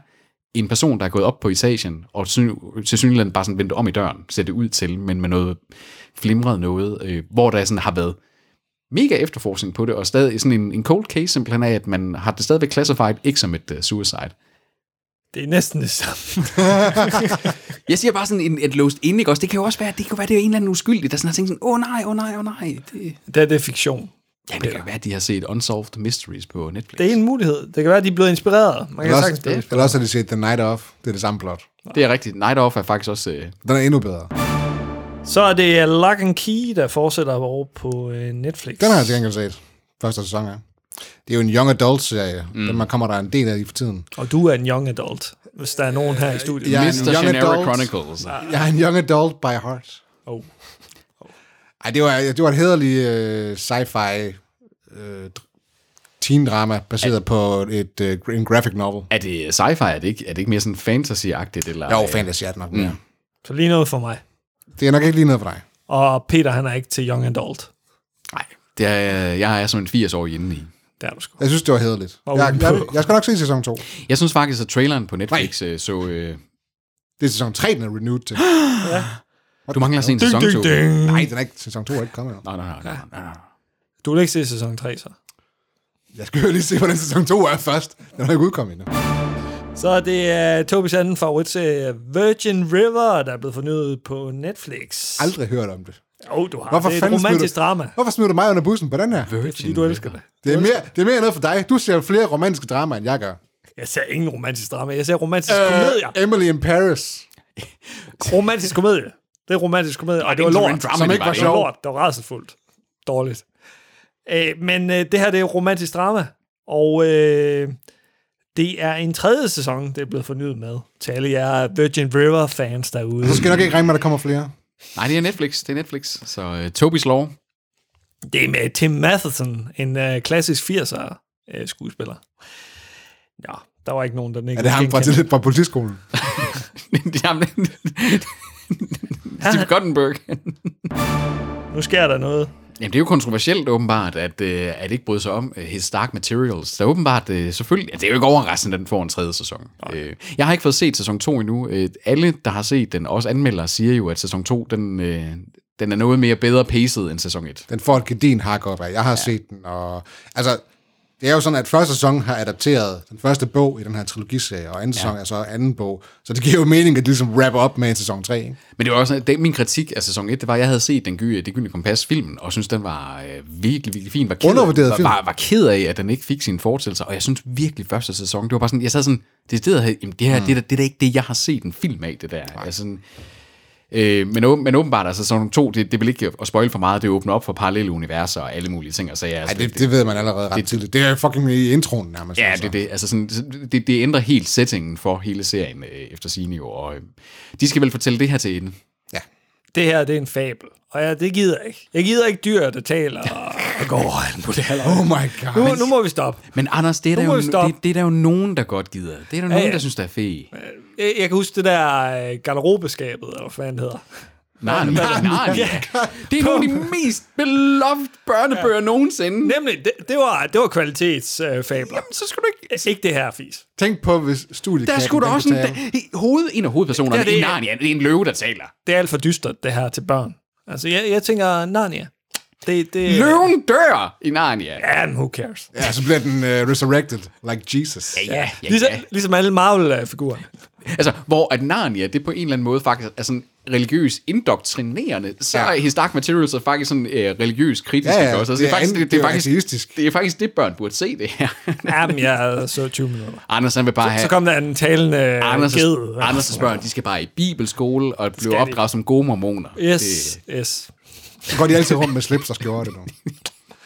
[SPEAKER 2] en person, der er gået op på etagen, og syn- til synligheden bare sådan vendt om i døren, ser det ud til, men med noget flimret noget, øh, hvor der sådan har været mega efterforskning på det, og stadig sådan en, en cold case simpelthen af, at man har det stadigvæk classified ikke som et uh, suicide.
[SPEAKER 1] Det er næsten det samme. *laughs*
[SPEAKER 2] Jeg siger bare sådan en, et låst inde, ikke også? Det kan jo også være, det kan jo være, det er en eller anden uskyldig, der sådan har tænkt sådan, åh oh, nej, åh oh, nej, åh oh, nej. Det,
[SPEAKER 1] Det er det er fiktion.
[SPEAKER 2] ja, det kan jo være, at de har set Unsolved Mysteries på Netflix.
[SPEAKER 1] Det er en mulighed. Det kan være, at de er blevet inspireret. Man kan
[SPEAKER 3] Eller
[SPEAKER 1] sagtens
[SPEAKER 3] også, eller også har de set The Night Of. Det er det samme plot.
[SPEAKER 2] det er rigtigt. Night Off er faktisk også... Uh,
[SPEAKER 3] Den er endnu bedre.
[SPEAKER 1] Så er det øh, Lock and Key, der fortsætter over på øh, Netflix.
[SPEAKER 3] Den har jeg til gengæld set. Første sæson af. Det er jo en young adult-serie. Mm. Den man kommer der en del af i for tiden.
[SPEAKER 1] Og du er en young adult, hvis der er nogen her i
[SPEAKER 3] Øh,
[SPEAKER 1] studiet.
[SPEAKER 3] Jeg er en
[SPEAKER 2] Mr.
[SPEAKER 3] young
[SPEAKER 2] Shannara
[SPEAKER 3] adult.
[SPEAKER 2] Chronicles.
[SPEAKER 3] Jeg er en young adult by heart.
[SPEAKER 1] Oh.
[SPEAKER 3] Ej, det var, det var et hederligt øh, sci-fi øh, teen-drama, baseret på et, øh, en graphic novel.
[SPEAKER 2] Er det sci-fi? Er det ikke, er det ikke mere sådan fantasy-agtigt? Eller,
[SPEAKER 3] Jo,
[SPEAKER 2] øh,
[SPEAKER 3] fantasy er det nok mere. Mm.
[SPEAKER 1] Så lige noget for mig.
[SPEAKER 3] Det er nok ikke lige noget for dig.
[SPEAKER 1] Og Peter, han er ikke til young adult.
[SPEAKER 2] Nej, det er, jeg er som en 80-årig inde i.
[SPEAKER 1] Det er du sgu.
[SPEAKER 3] Jeg synes, det var hederligt.
[SPEAKER 1] Og
[SPEAKER 3] Jeg, jeg,
[SPEAKER 1] udenpå.
[SPEAKER 3] jeg skal nok se sæson 2.
[SPEAKER 2] Jeg synes faktisk, at traileren på Netflix øh, så... Øh,
[SPEAKER 3] Det er sæson 3, den er renewed til. *gasps*
[SPEAKER 2] du mangler at se en sæson 2.
[SPEAKER 1] Ding, ding, ding.
[SPEAKER 3] Nej, den er ikke, sæson 2 er ikke kommet. endnu.
[SPEAKER 2] Nej, nej, nej, nej, nej, nej.
[SPEAKER 1] Du vil ikke se sæson 3, så.
[SPEAKER 3] Jeg skal jo lige se, hvordan sæson 2 er først. Den er ikke udkommet endnu.
[SPEAKER 1] Så er det er uh, Tobis anden favoritserie, Virgin River, der er blevet fornyet på Netflix.
[SPEAKER 3] Aldrig hørt om det.
[SPEAKER 1] Åh, oh, du har.
[SPEAKER 3] Hvorfor
[SPEAKER 1] det er et
[SPEAKER 3] fanden smider
[SPEAKER 1] romantisk
[SPEAKER 3] du-
[SPEAKER 1] drama.
[SPEAKER 3] Hvorfor smider du mig under bussen på den her?
[SPEAKER 1] Det er, fordi du elsker det.
[SPEAKER 3] Det er mere, det er mere noget for dig. Du ser flere romantiske dramaer, end jeg gør.
[SPEAKER 1] Jeg ser ingen romantisk drama. Jeg ser romantisk øh, komedier.
[SPEAKER 3] Emily in Paris.
[SPEAKER 1] Romantisk komedie. Det er romantisk komedie. Og det var
[SPEAKER 2] ikke
[SPEAKER 1] lort.
[SPEAKER 2] en drama,
[SPEAKER 1] som
[SPEAKER 2] det
[SPEAKER 1] ikke
[SPEAKER 2] var
[SPEAKER 1] var
[SPEAKER 2] det.
[SPEAKER 1] sjovt. Lort. Det var rædselfuldt. Dårligt. Øh, men øh, det her, det er romantisk drama. Og øh, det er en tredje sæson, det er blevet fornyet med. Til alle jer Virgin River-fans derude.
[SPEAKER 3] Så skal jeg nok ikke regne med, at der kommer flere.
[SPEAKER 2] Nej, det er Netflix. Det er Netflix. Så uh, Tobis Law. *laughs*
[SPEAKER 1] Det er med Tim Matheson, en øh, klassisk 80'er øh, skuespiller. Nå, der var ikke nogen, der ikke
[SPEAKER 3] Er det ham fra,
[SPEAKER 1] genkendte.
[SPEAKER 3] fra politiskolen?
[SPEAKER 2] Jamen, Steve Guttenberg.
[SPEAKER 1] Nu sker der noget.
[SPEAKER 2] Jamen, det er jo kontroversielt åbenbart, at, øh, at ikke bryde sig om øh, His Dark Materials. Der er åbenbart øh, selvfølgelig... Ja, det er jo ikke overraskende, at den får en tredje sæson. Øh, jeg har ikke fået set sæson 2 endnu. Øh, alle, der har set den, også anmeldere, siger jo, at sæson 2, den, øh, den er noget mere bedre paced end sæson 1.
[SPEAKER 3] Den får et gedin hak op af. Jeg har ja. set den, og... Altså, det er jo sådan, at første sæson har adapteret den første bog i den her trilogiserie, og anden sæson er så anden bog. Så det giver jo mening, at de ligesom wrapper op med en sæson 3. Ikke?
[SPEAKER 2] Men det var også det, min kritik af sæson 1, det var, at jeg havde set den gyde, det gyldne kompas filmen, og synes den var øh, virkelig, virkelig fin. Var ked,
[SPEAKER 3] Undervurderet
[SPEAKER 2] var,
[SPEAKER 3] film.
[SPEAKER 2] Var, var, ked af, at den ikke fik sine fortællinger, og jeg synes virkelig første sæson, det var bare sådan, jeg sad sådan, det, det, der, det, her, mm. det, der, det er da ikke det, jeg har set en film af, det der. Altså, sådan, Øh, men, åben, men åbenbart, altså sæson 2, det, det vil ikke at spoil for meget, det åbner op for parallelle universer og alle mulige ting og sager.
[SPEAKER 3] Ej,
[SPEAKER 2] Altså,
[SPEAKER 3] det, det ved man allerede ret det, tidligt. Det er fucking i introen nærmest.
[SPEAKER 2] Ja,
[SPEAKER 3] altså.
[SPEAKER 2] det, er det, altså sådan, så det, det ændrer helt settingen for hele serien øh, efter sine jo, og øh, de skal vel fortælle det her til en.
[SPEAKER 3] Ja.
[SPEAKER 1] det her det er en fabel. Og ja, det gider jeg ikke. Jeg gider ikke dyr, der taler og og går og alt muligt. halløj.
[SPEAKER 3] Oh my god.
[SPEAKER 1] Nu, nu må vi stoppe.
[SPEAKER 2] Men Anders, det er, der
[SPEAKER 1] må
[SPEAKER 2] jo,
[SPEAKER 1] vi stoppe.
[SPEAKER 2] det, det er der jo nogen, der godt gider. Det er der ja, nogen,
[SPEAKER 1] ja.
[SPEAKER 2] der synes, der er fedt.
[SPEAKER 1] Jeg, jeg kan huske det der øh, garderobeskabet, eller hvad fanden det
[SPEAKER 2] *laughs*
[SPEAKER 1] hedder.
[SPEAKER 2] Nej, nej, nej.
[SPEAKER 1] Ja.
[SPEAKER 2] Det er nogle af de mest beloved børnebøger ja. nogensinde.
[SPEAKER 1] Nemlig, det, det var, det var kvalitetsfabler. Øh, fabler. Altså,
[SPEAKER 2] Så skulle du ikke...
[SPEAKER 1] ikke det her fis.
[SPEAKER 3] Tænk på, hvis studiet
[SPEAKER 2] Der skulle der også en... Da, hoved, en af hovedpersonerne
[SPEAKER 1] Ja, det
[SPEAKER 2] i
[SPEAKER 1] er-
[SPEAKER 2] Narnia, det er en løve, der taler.
[SPEAKER 1] Det er alt for dystert, det her til børn. Altså, jeg, jeg tænker, Narnia. Det, det,
[SPEAKER 2] Løven dør i Narnia.
[SPEAKER 1] Ja, men who cares?
[SPEAKER 3] Ja, så bliver den uh, resurrected, like Jesus. Ja,
[SPEAKER 1] Ja,
[SPEAKER 2] ja,
[SPEAKER 1] ligesom,
[SPEAKER 2] ja.
[SPEAKER 1] ligesom alle Marvel-figurer.
[SPEAKER 2] Altså, hvor at Narnia, det på en eller anden måde faktisk er sådan religiøs indoktrinerende, så
[SPEAKER 3] Ja.
[SPEAKER 2] ja. er His Dark Materials er faktisk sådan øh, religiøs kritisk.
[SPEAKER 3] Ja, ja,
[SPEAKER 2] ikke også? Altså,
[SPEAKER 3] det er
[SPEAKER 2] faktisk,
[SPEAKER 3] an- det er ateistisk.
[SPEAKER 2] det er faktisk det, børn burde se det her. *laughs*
[SPEAKER 1] Jamen, jeg så 20 minutter.
[SPEAKER 2] Anders, han vil bare have...
[SPEAKER 1] Så kom der en talende Anders,
[SPEAKER 2] Anders'
[SPEAKER 1] ged.
[SPEAKER 2] Anders' børn, de skal bare i bibelskole og blive
[SPEAKER 1] de.
[SPEAKER 2] opdraget som gode mormoner.
[SPEAKER 1] Yes, yes.
[SPEAKER 3] Så går de altid rundt med slips og skjorte nu.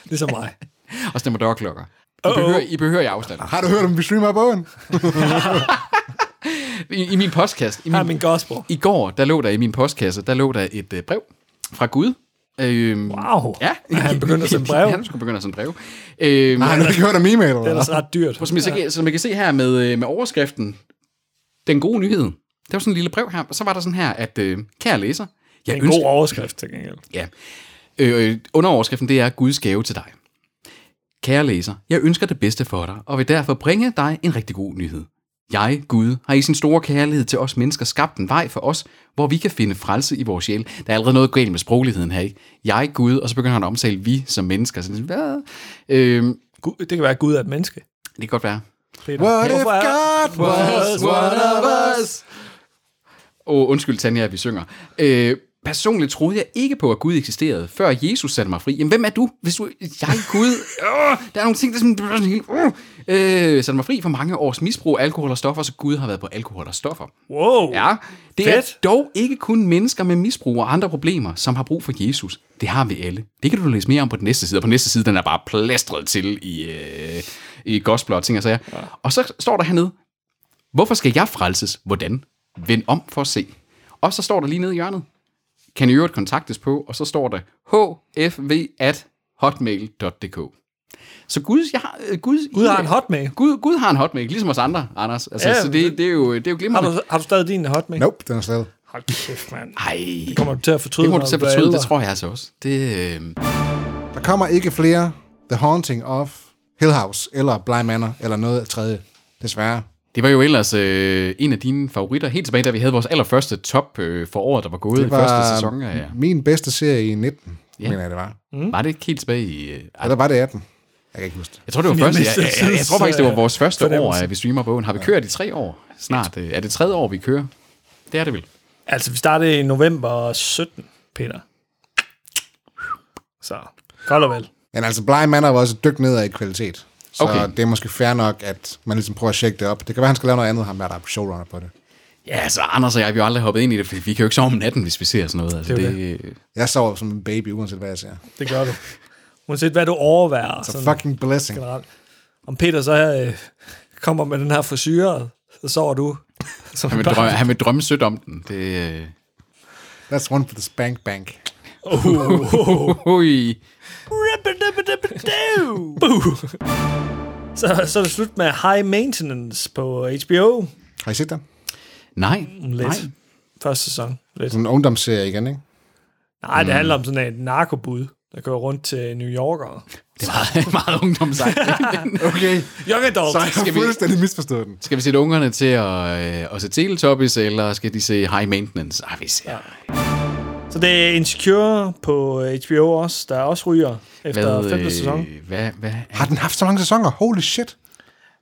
[SPEAKER 1] Ligesom mig.
[SPEAKER 2] Og stemmer dørklokker. I behøver, I behøver i afstand.
[SPEAKER 3] Har du hørt om, vi streamer bogen?
[SPEAKER 2] I, I min postkasse. I,
[SPEAKER 1] Her er Ah,
[SPEAKER 2] min,
[SPEAKER 1] min gospel.
[SPEAKER 2] I går, der lå der i min postkasse, der lå der et øh, brev fra Gud. Øhm,
[SPEAKER 1] Wow.
[SPEAKER 2] Ja.
[SPEAKER 1] Han begynder at
[SPEAKER 2] *laughs*
[SPEAKER 1] sende breve.
[SPEAKER 2] Han skulle begynde at sende brev. Øhm,
[SPEAKER 3] Har du ikke hørt om e-mail?
[SPEAKER 1] Det er
[SPEAKER 3] Eller?
[SPEAKER 1] ellers ret dyrt.
[SPEAKER 2] som, I, så- som I kan se her med, øh, med overskriften, Den gode nyhed. Der var sådan en lille brev her, og så var der sådan her, at øh, kære læser, jeg
[SPEAKER 1] En
[SPEAKER 2] ønsker...
[SPEAKER 1] god overskrift, til gengæld.
[SPEAKER 2] Ja. Øh, underoverskriften, det er Guds gave til dig. Kære læser, jeg ønsker det bedste for dig, og vil derfor bringe dig en rigtig god nyhed. Jeg, Gud, har i sin store kærlighed til os mennesker skabt en vej for os, hvor vi kan finde frelse i vores sjæl. Der er allerede noget galt med sprogligheden her, ikke? Jeg, Gud, og så begynder han at omtale vi som mennesker. Så, det er sådan, hvad? Øhm,
[SPEAKER 1] Gud, det kan være, at Gud er et menneske.
[SPEAKER 2] det kan godt være.
[SPEAKER 1] Peter.
[SPEAKER 3] What if
[SPEAKER 1] Hvorfor er-
[SPEAKER 3] God was one of us?
[SPEAKER 2] Åh, undskyld Tanja, at vi synger. Øh, personligt troede jeg ikke på, at Gud eksisterede, før Jesus satte mig fri. Jamen, hvem er du? Hvis du... Jeg er Gud. Øh, der er nogle ting, der sådan... der er sådan helt... Øh, øh, satte mig fri for mange års misbrug af alkohol og stoffer, så Gud har været på alkohol og stoffer.
[SPEAKER 1] Wow.
[SPEAKER 2] Ja, det
[SPEAKER 1] Fedt.
[SPEAKER 2] er dog ikke kun mennesker med misbrug og andre problemer, som har brug for Jesus. Det har vi alle. Det kan du læse mere om på den næste side, og på den næste side, den er bare plastret til i, øh, i gospel og ting og sager. Ja. Og så står der hernede, hvorfor skal jeg frelses? Hvordan? Vend om for at se. Og så står der lige nede i hjørnet, kan i øvrigt kontaktes på, og så står der hfv@hotmail.dk. Så Gud, jeg har, øh, Gud,
[SPEAKER 1] Gud har en hotmail.
[SPEAKER 2] Gud, Gud har en hotmail, ligesom os andre, Anders. Altså,
[SPEAKER 1] Ja,
[SPEAKER 2] ja, så
[SPEAKER 1] men
[SPEAKER 2] det, det, er jo, det er jo glimrende.
[SPEAKER 1] Har du, har du stadig din hotmail?
[SPEAKER 3] Nope, den er slet.
[SPEAKER 1] Hold kæft, mand.
[SPEAKER 2] Ej, det
[SPEAKER 1] Kommer du til at fortryde,
[SPEAKER 2] kommer du
[SPEAKER 1] når
[SPEAKER 2] til at
[SPEAKER 1] bliver
[SPEAKER 2] fortryde,
[SPEAKER 1] ældre?
[SPEAKER 2] det tror jeg altså også. Det, øh,
[SPEAKER 3] Der kommer ikke flere The Haunting of Hill House, eller Bly Manor, eller noget af tredje. Desværre.
[SPEAKER 2] det var jo ellers øh, en af dine favoritter, helt tilbage da vi havde vores allerførste top øh, for året, der var gået i
[SPEAKER 3] var
[SPEAKER 2] første sæson. Af, ja.
[SPEAKER 3] min bedste serie i 19, yeah. mener jeg det var. Mm.
[SPEAKER 2] Var det ikke helt tilbage i... Øh, ej,
[SPEAKER 3] Eller var det 18? Jeg kan ikke huske det.
[SPEAKER 2] jeg tror, det var
[SPEAKER 1] Jeg
[SPEAKER 2] første, jeg,
[SPEAKER 1] mistede
[SPEAKER 2] jeg, jeg, jeg tror faktisk, det var vores første år,
[SPEAKER 1] fornemmelse.
[SPEAKER 2] at vi streamer bogen. Har vi kørt i tre år snart? Øh, er det tredje år, vi kører? Det er det vel.
[SPEAKER 1] Altså, vi startede i november 17, Peter. Så, godt og vel.
[SPEAKER 3] Men altså, Bly Manor var også et dyk nedad i kvalitet. Så
[SPEAKER 2] Okay.
[SPEAKER 3] okay. det er måske fair nok, at man ligesom prøver at tjekke det op. Det kan være, han skal lave noget andet, ham der, der er showrunner på det.
[SPEAKER 2] Ja, altså Anders og jeg, vi har aldrig hoppet ind i det, fordi vi kan jo ikke sove om natten, hvis vi ser sådan noget. Altså,
[SPEAKER 1] Det er jo
[SPEAKER 2] det, det.
[SPEAKER 3] Jeg sover som en baby, uanset hvad jeg ser.
[SPEAKER 1] Det gør du. Uanset hvad du overværer.
[SPEAKER 2] Altså,
[SPEAKER 3] Så fucking blessing.
[SPEAKER 1] generelt. Om Peter så øh, kommer med den her forsyre, så sover du. Som
[SPEAKER 2] Han, vil
[SPEAKER 1] barn.
[SPEAKER 2] drømme, han vil drømme sødt om den. Det, øh,
[SPEAKER 3] That's one for the spank bank.
[SPEAKER 2] ui.
[SPEAKER 1] Ribbidibbidibbidoo. Buh. så, så er det slut med High Maintenance på HBO.
[SPEAKER 3] Har I set den?
[SPEAKER 2] Nej,
[SPEAKER 1] Lidt.
[SPEAKER 2] nej. Mm.
[SPEAKER 1] Første sæson. Lidt.
[SPEAKER 3] Sådan en ungdomsserie igen, ikke?
[SPEAKER 1] Nej, det handler om sådan et narkobud, der kører rundt til New Yorkere.
[SPEAKER 2] Det er meget, meget *laughs* ungdomsagtigt.
[SPEAKER 3] Okay,
[SPEAKER 1] Young adult.
[SPEAKER 3] så jeg har
[SPEAKER 2] Skal vi-
[SPEAKER 3] fuldstændig misforstået den.
[SPEAKER 2] skal vi sætte ungerne til at, øh, at se Teletubbies, eller skal de se High Maintenance? Ah, vi ser. Ja.
[SPEAKER 1] Så det er Insecure på HBO også, der også ryger efter
[SPEAKER 2] Hvad,
[SPEAKER 1] femte sæson.
[SPEAKER 2] øh, hvad, hvad er
[SPEAKER 3] Har den haft så mange sæsoner? Holy shit.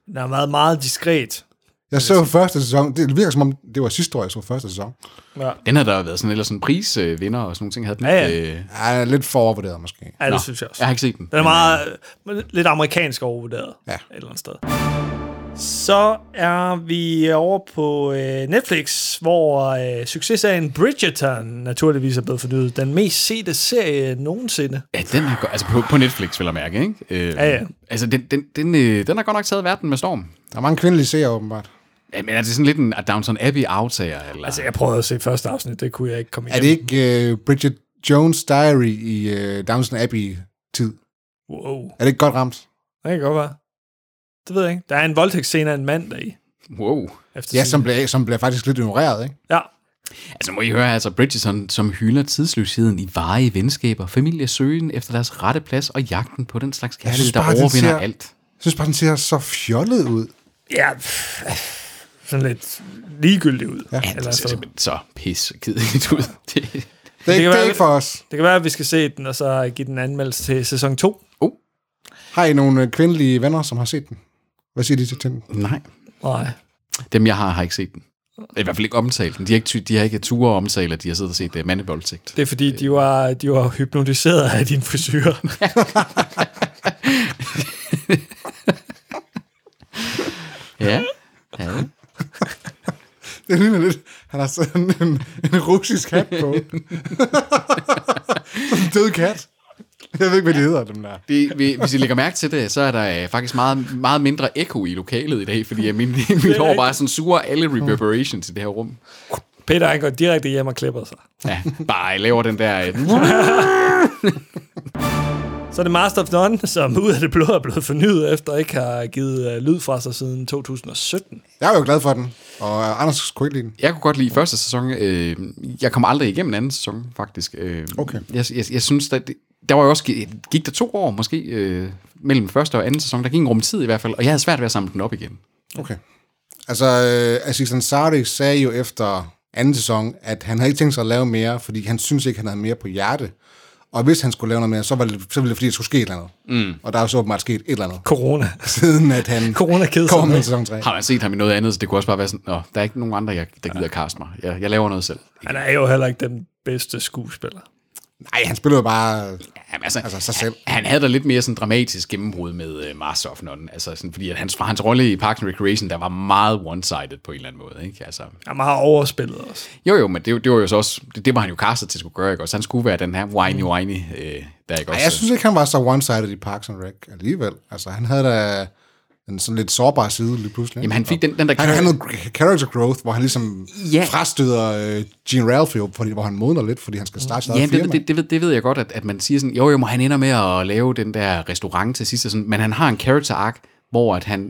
[SPEAKER 1] Den har været meget diskret.
[SPEAKER 3] Jeg så første sæson. Det virker som om, det var sidste år, jeg så første sæson.
[SPEAKER 1] Ja,
[SPEAKER 2] den har der været sådan, eller sådan prisvinder og sådan nogle ting. Havde den,
[SPEAKER 1] Ja, ja.
[SPEAKER 2] ikke, øh,
[SPEAKER 3] Jeg er lidt forovervurderet måske.
[SPEAKER 1] ja det
[SPEAKER 2] nå,
[SPEAKER 1] synes jeg også.
[SPEAKER 2] Jeg har ikke set den.
[SPEAKER 1] Den er meget, øh, lidt amerikansk overvurderet
[SPEAKER 3] Ja.
[SPEAKER 1] et eller andet sted. Så er vi over på øh, Netflix, hvor øh, successerien Bridgerton naturligvis er blevet fornyet. Den mest sete serie nogensinde.
[SPEAKER 2] Ja, den er godt, altså på, på Netflix, vil jeg mærke, ikke? Øh,
[SPEAKER 1] Ja, ja.
[SPEAKER 2] Altså, den, den, den, øh, den har godt nok taget verden med storm.
[SPEAKER 3] Der er mange kvindelige seere, åbenbart.
[SPEAKER 2] Ja, men er det sådan lidt en Downton Abbey-aftager? Eller?
[SPEAKER 1] Altså, jeg prøvede at se første afsnit, det kunne jeg ikke komme
[SPEAKER 3] Er det ikke øh, Bridget Jones' Diary i øh, Downton Abbey-tid?
[SPEAKER 1] Wow,
[SPEAKER 3] Er det ikke godt ramt?
[SPEAKER 1] det kan godt være. Det ved jeg ikke. Der er en voldtægtsscene af en mand deri.
[SPEAKER 2] Wow.
[SPEAKER 1] Efter
[SPEAKER 3] Ja,
[SPEAKER 1] sin-
[SPEAKER 3] som bliver, som bliver faktisk lidt ignoreret, ikke?
[SPEAKER 1] ja.
[SPEAKER 2] Altså må I høre, altså Bridgerton, som hylder tidsløsheden i varige venskaber, familiesøgen efter deres rette plads og jagten på den slags kærlighed,
[SPEAKER 3] synes
[SPEAKER 2] der
[SPEAKER 3] bare, den
[SPEAKER 2] overvinder
[SPEAKER 3] ser-
[SPEAKER 2] alt.
[SPEAKER 3] Jeg synes bare, den ser så fjollet ud.
[SPEAKER 1] ja, pff, sådan lidt ligegyldig ud. Ja,
[SPEAKER 2] Ja, det ser simpelthen så pissekedeligt ud. *laughs* Det-
[SPEAKER 3] Det er,
[SPEAKER 1] kan
[SPEAKER 3] ikke, det
[SPEAKER 1] være
[SPEAKER 3] er
[SPEAKER 1] lidt-
[SPEAKER 3] ikke for os.
[SPEAKER 1] Det kan være, at vi skal se den, og så give den anmeldelse til sæson 2.
[SPEAKER 3] Har I nogle øh, kvindelige venner, som har set den? Hvad siger de til den?
[SPEAKER 2] Nej,
[SPEAKER 1] Nej.
[SPEAKER 2] dem jeg har, har ikke set den. I hvert fald ikke omtalt den. De har ikke, ty- de har ikke tur at omtale, at de har siddet og set uh, mandevoldtægt.
[SPEAKER 1] Det er fordi, de var, de var hypnotiseret af din frisyr.
[SPEAKER 2] Ja. ja.
[SPEAKER 3] Det ligner lidt, han har sådan en, en russisk hat *laughs* på. Sådan en død kat. Jeg ved ikke, hvad de hedder, dem der.
[SPEAKER 2] Det, vi- hvis I lægger mærke til det, så er der øh, faktisk meget, meget mindre ekko i lokalet i dag, fordi øh, min, *laughs* mit hår bare sådan suger alle reverberations i det her rum.
[SPEAKER 1] Peter, han går direkte hjem og klipper sig.
[SPEAKER 2] Ja, bare jeg laver den der... øh,
[SPEAKER 1] Så er det Master of None, som ud af det blå er blevet fornyet, efter ikke har givet øh, lyd fra sig siden 2017.
[SPEAKER 3] Jeg var jo glad for den, og øh, Anders kunne ikke lide den.
[SPEAKER 2] Jeg kunne godt lide første sæson. Øh, jeg kom aldrig igennem anden sæson, faktisk. Øh,
[SPEAKER 3] Okay.
[SPEAKER 2] Jeg, jeg, jeg synes, der, der var jo også... Gik der to år, måske, øh, mellem første og anden sæson. Der gik en rum tid i hvert fald, og jeg havde svært ved at samle den op igen.
[SPEAKER 3] Okay. Altså, øh, Aziz Ansari sagde jo efter anden sæson, at han havde ikke tænkt sig at lave mere, fordi han synes ikke, han havde mere på hjerte. Og hvis han skulle lave noget mere, så, var det, så ville det, fordi det skulle ske et eller andet. Mm. Og der er jo så åbenbart sket et eller andet,
[SPEAKER 1] Corona.
[SPEAKER 3] siden at han
[SPEAKER 1] Corona kede sig.
[SPEAKER 3] kom med
[SPEAKER 1] med.
[SPEAKER 3] sæson 3.
[SPEAKER 2] Har man set ham i noget andet, så det kunne også bare være sådan, Nå, der er ikke nogen andre, jeg, der gider kaste mig. Jeg, jeg laver noget selv.
[SPEAKER 1] Han er jo heller ikke den bedste skuespiller.
[SPEAKER 3] Nej, han spillede jo bare...
[SPEAKER 2] Jamen, altså,
[SPEAKER 3] Altså, sig selv.
[SPEAKER 2] Han, han havde da lidt mere sådan dramatisk gennembrud med uh, Master of None, altså sådan, fordi at hans, hans rolle i Parks and Recreation, der var meget one-sided på en eller anden måde, ikke? Altså,
[SPEAKER 1] Han er meget overspillet også.
[SPEAKER 2] jo jo, men det, det var jo så også, det, det var han jo castet til at skulle gøre, ikke? Også han skulle være den her whiny-whiny, øh, der ikke også...
[SPEAKER 3] Ej, jeg synes ikke, han var så one-sided i Parks and Rec alligevel. Altså, han havde da en sådan lidt sårbar side lige pludselig.
[SPEAKER 2] Jamen, han fik den, den der...
[SPEAKER 3] Han havde noget character growth, hvor han ligesom
[SPEAKER 2] Ja.
[SPEAKER 3] yeah. frastøder øh, Gene Ralphio, fordi, hvor han modner lidt, fordi han skal starte sit
[SPEAKER 2] Ja,
[SPEAKER 3] eget firma.
[SPEAKER 2] det, det, det, ved, det ved jeg godt, at, at man siger sådan, jo jo, men han ender med at lave den der restaurant til sidst, og sådan, men han har en character arc, hvor at han,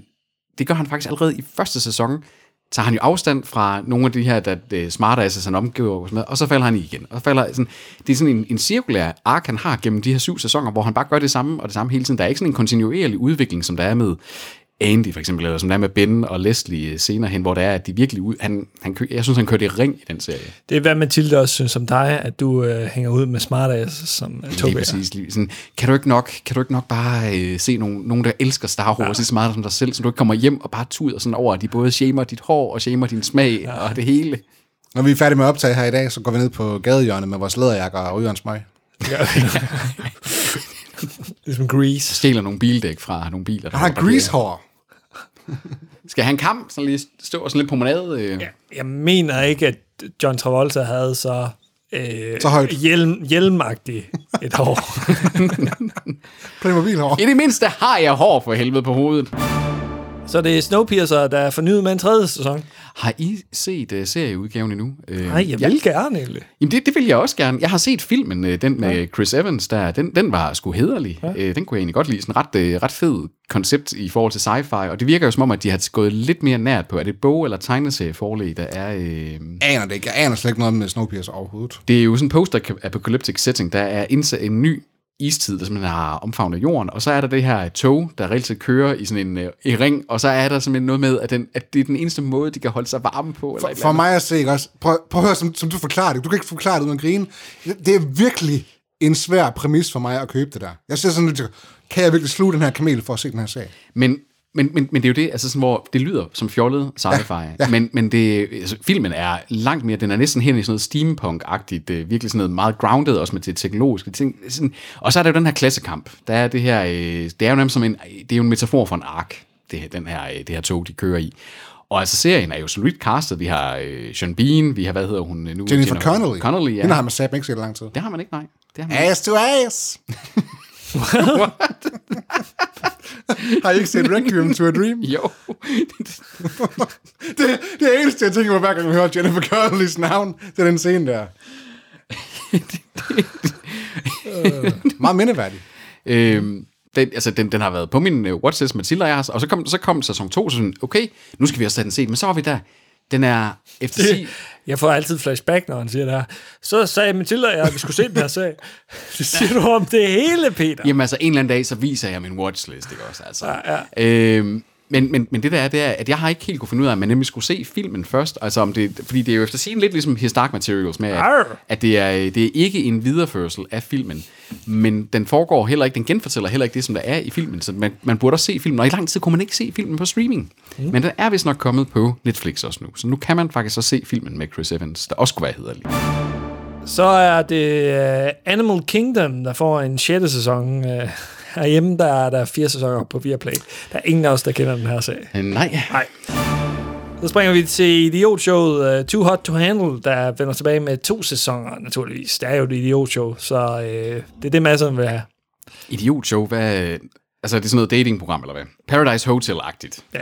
[SPEAKER 2] det gør han faktisk allerede i første sæson, tager han jo afstand fra nogle af de her der, uh, smarte asses, han omgiver os med, og så falder han i igen. Og så falder sådan, det er sådan en, en cirkulær ark, han har gennem de her syv sæsoner, hvor han bare gør det samme og det samme hele tiden. Der er ikke sådan en kontinuerlig udvikling, som der er med Andy for eksempel, eller som der er med Ben og Leslie øh, senere hen, hvor det er, at de virkelig ud, han, han, kø- jeg synes, han kørte i ring i den serie.
[SPEAKER 1] Det er, hvad Mathilde også synes om dig, at du øh, hænger ud med smartass som øh,
[SPEAKER 2] Lige
[SPEAKER 1] Tobias.
[SPEAKER 2] præcis. Lige, sådan, kan, du ikke nok, kan du ikke nok bare øh, se nogen, nogen, der elsker Star Wars ja. så meget som dig selv, så du ikke kommer hjem og bare tuder sådan over, at de både shamer dit hår og shamer din smag ja. og det hele.
[SPEAKER 3] Når vi er færdige med at optage her i dag, så går vi ned på gadehjørnet med vores læderjakker og ryger en smøg.
[SPEAKER 1] *laughs* ligesom Grease.
[SPEAKER 2] Stjæler nogle bildæk fra nogle biler. Der
[SPEAKER 3] Han har
[SPEAKER 2] holder parkeret.
[SPEAKER 3] greasehår.
[SPEAKER 2] Skal han kamp? Sådan lige stå og sådan lidt på monade? Øh. Ja.
[SPEAKER 1] Jeg mener ikke, at John Travolta havde så, øh,
[SPEAKER 3] Så højt.
[SPEAKER 1] Hjelm, hjelmagtigt et
[SPEAKER 3] *laughs*
[SPEAKER 1] hår.
[SPEAKER 3] Playmobil-hår.
[SPEAKER 2] I det mindste har jeg hår for helvede på hovedet.
[SPEAKER 1] så det er Snowpiercer, der er fornyet med en tredje sæson.
[SPEAKER 2] Har I set uh, serieudgaven endnu? Øh,
[SPEAKER 1] Nej, jeg vil gerne egentlig.
[SPEAKER 2] Jamen det, det vil jeg også gerne. Jeg har set filmen, øh, den med Chris Evans, der, den, den var sgu hederlig. Ja. Den kunne jeg egentlig godt lide. Sådan ret, øh, ret fed koncept i forhold til sci-fi, og det virker jo som om, at de har gået lidt mere nært på, er det bog- eller tegneserieforlæg, der er... Øh...
[SPEAKER 3] Jeg aner det ikke. Jeg aner slet ikke noget med Snowpiercer overhovedet.
[SPEAKER 2] Det er jo sådan en post-apocalyptic setting, der er indsat en ny istid, der simpelthen har omfavnet jorden, og så er der det her tog, der reelt set kører i sådan en, øh, i ring, og så er der simpelthen noget med, at, den, at det er den eneste måde, de kan holde sig varme på. Eller et eller
[SPEAKER 3] For
[SPEAKER 2] andet.
[SPEAKER 3] mig at se, ikke også? Prøv, prøv at høre, som, som du forklarer det. Du kan ikke forklare det uden at grine. Det er virkelig en svær præmis for mig at købe det der. Jeg ser sådan lidt, kan jeg virkelig sluge den her kamel for at se den her sag?
[SPEAKER 2] Men, men, men, men det er jo det, altså sådan, hvor det lyder som fjollet sci-fi, ja, ja. men, men det, altså, filmen er langt mere, den er næsten hen i sådan noget steampunk-agtigt, øh, virkelig sådan noget meget grounded, også med det teknologiske ting. Sådan, og så er der jo den her klassekamp, der er det her, øh, det er jo nærmest som en, det er jo en metafor for en ark. det, den her, øh, det her tog, de kører i. Og altså, serien er jo solidt castet. Vi har øh, Sean Bean, vi har, hvad hedder hun øh, nu?
[SPEAKER 3] Jennifer Connelly.
[SPEAKER 2] Connelly, ja.
[SPEAKER 3] Hende har man sat ikke set i lang tid.
[SPEAKER 2] Det har man ikke, nej. Det har man
[SPEAKER 3] Ass to
[SPEAKER 2] *laughs*
[SPEAKER 3] ass. *laughs* har I ikke set Requiem to a Dream?
[SPEAKER 2] ikke. Jo. *laughs*
[SPEAKER 3] det, det er eneste, jeg tænker på, hver gang jeg hører Jennifer Connellys navn. Det er den scene
[SPEAKER 2] *laughs*
[SPEAKER 3] der. Øh, Meget mindeværdig.
[SPEAKER 2] øhm, den, altså, den, den har været på min uh, watchlist, Matilda og jeg har, og så kom, så kom sæson 2, så sådan, okay, nu skal vi også have den set, men så var vi der. Den er efter sig,
[SPEAKER 1] *laughs* Jeg får altid flashback, når han siger det her. Så sagde Mathilde og jeg, at vi skulle se den her *laughs* sag. Så siger du om det hele, Peter.
[SPEAKER 2] Jamen altså, en eller anden dag, så viser jeg min watchlist, ikke også? Altså. Ja, ja. Øhm, men, men, men det der er, det er, at jeg har ikke helt kunne finde ud af, at man nemlig skulle se filmen først. Altså om det, fordi det er jo efter sin lidt ligesom His Dark Materials med, at,
[SPEAKER 1] Arr.
[SPEAKER 2] at det, er, det er ikke en videreførsel af filmen. Men den foregår heller ikke, den genfortæller heller ikke det, som der er i filmen. Så man, man burde også se filmen, og i lang tid kunne man ikke se filmen på streaming. Mm. Men den er vist nok kommet på Netflix også nu. Så nu kan man faktisk også se filmen med Chris Evans, der også skulle være hederlig.
[SPEAKER 1] Så er det uh, Animal Kingdom, der får en 6. sæson. Uh, herhjemme der er der fire sæsoner på Viaplay. Der er ingen af os, der kender den her sag.
[SPEAKER 2] Øh, Nej,
[SPEAKER 1] Nej. Så springer vi til idiotshowet uh, Too Hot To Handle, der vender tilbage med to sæsoner, naturligvis. Det er jo et idiotshow, så uh, det er det, massen vil have.
[SPEAKER 2] Idiotshow, hvad... Altså, er det sådan noget datingprogram, eller hvad? Paradise Hotel-agtigt.
[SPEAKER 1] Ja.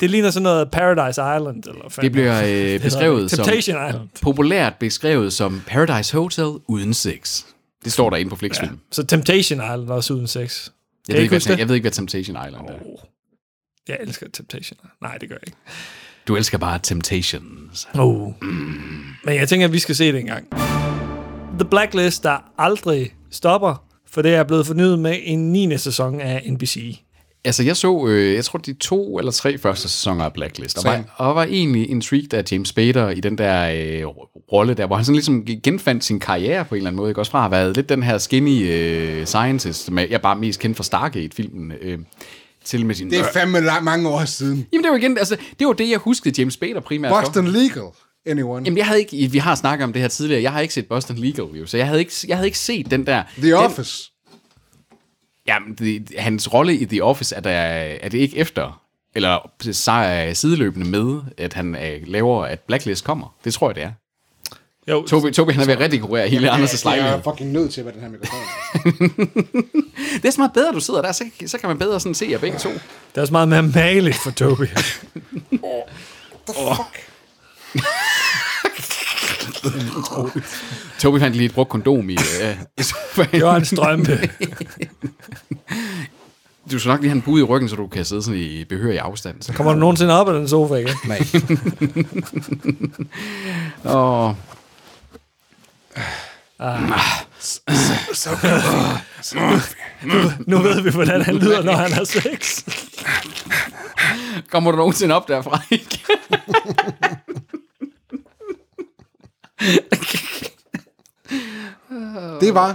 [SPEAKER 1] Det ligner sådan noget Paradise Island. Eller hvad
[SPEAKER 2] Det bliver
[SPEAKER 1] fanden
[SPEAKER 2] øh,
[SPEAKER 1] hedder *laughs*
[SPEAKER 2] beskrevet
[SPEAKER 1] det.
[SPEAKER 2] som...
[SPEAKER 1] Temptation Island.
[SPEAKER 2] Populært beskrevet som Paradise Hotel uden sex. Det står der inde på Flixfilm. Ja.
[SPEAKER 1] Så Temptation Island også uden sex.
[SPEAKER 2] Jeg, ved ikke,
[SPEAKER 1] huske
[SPEAKER 2] hvad, jeg ved ikke, hvad Temptation Island er.
[SPEAKER 1] Åh. Jeg elsker Temptation Island. Nej, det gør jeg ikke.
[SPEAKER 2] Du elsker bare Temptations.
[SPEAKER 1] Oh. Mm. Men jeg tænker, at vi skal se det engang. The Blacklist, der aldrig stopper, for det er blevet fornyet med en 9. sæson af NBC.
[SPEAKER 2] Altså, jeg så, øh, jeg tror, de to eller tre første sæsoner af Blacklist, og var,
[SPEAKER 3] Same.
[SPEAKER 2] og var egentlig intrigued af James Spader i den der øh, ro- rolle der, hvor han sådan ligesom genfandt sin karriere på en eller anden måde, ikke? også fra at have været lidt den her skinny øh, scientist, med, jeg er bare mest kendt fra Stargate-filmen, øh, til med sin...
[SPEAKER 3] Det er fandme lang, mange år siden.
[SPEAKER 2] Jamen det var igen, altså, det var det, jeg huskede James Spader primært for.
[SPEAKER 3] Boston Legal, anyone.
[SPEAKER 2] Jamen, jeg havde ikke, vi har snakket om det her tidligere, jeg har ikke set Boston Legal Review, så jeg havde ikke, jeg havde ikke set den der...
[SPEAKER 3] The
[SPEAKER 2] den,
[SPEAKER 3] Office.
[SPEAKER 2] Jamen, det, hans rolle i The Office, er, der, er det ikke efter, eller så er sideløbende med, at han øh, laver, at Blacklist kommer. Det tror jeg, det er.
[SPEAKER 1] Jo,
[SPEAKER 2] Tobi, Tobi han er ved at redekorere hele Anders'
[SPEAKER 3] jeg er
[SPEAKER 2] lejlighed.
[SPEAKER 3] fucking nødt til, hvad den her mikrofon er.
[SPEAKER 2] Det er så meget bedre, du sidder der, så, så kan man bedre sådan se jer begge to.
[SPEAKER 1] det er også meget mere mageligt for Toby.
[SPEAKER 2] *laughs* Tobi fandt lige et brugt kondom i... Øh, i sofaen.
[SPEAKER 1] Det var en strømpe.
[SPEAKER 2] du skal nok lige have en pude i ryggen, så du kan sidde sådan i behørig afstand.
[SPEAKER 1] *laughs*
[SPEAKER 2] Så.
[SPEAKER 1] Kommer du nogensinde op af den sofa igen?
[SPEAKER 3] *laughs* Nej.
[SPEAKER 2] Åh,
[SPEAKER 3] Så comfy. Så comfy.
[SPEAKER 1] Nu ved vi, hvordan han lyder, når han har sex.
[SPEAKER 2] Kommer du nogensinde
[SPEAKER 1] *laughs*
[SPEAKER 2] op derfra igen?
[SPEAKER 3] Det var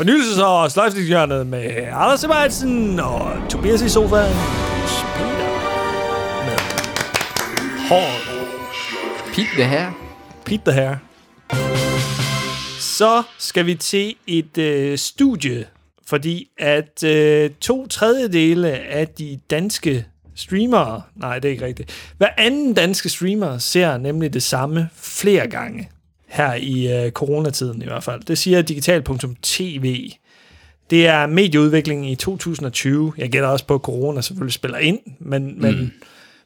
[SPEAKER 1] Fornyelses- og sløjfningshjørnet med Anders Sebastian og Tobias i sofaen. Spiller med hård
[SPEAKER 2] Pip det her.
[SPEAKER 1] Pete the Hair. Så skal vi til et øh, studie, fordi at øh, to tredjedele af de danske streamere, nej det er ikke rigtigt, hver anden danske streamer ser nemlig det samme flere gange, her i øh, coronatiden i hvert fald. Det siger digital.tv. Det er medieudviklingen i 2020. Jeg gætter også på, at corona selvfølgelig spiller ind, men, mm. men,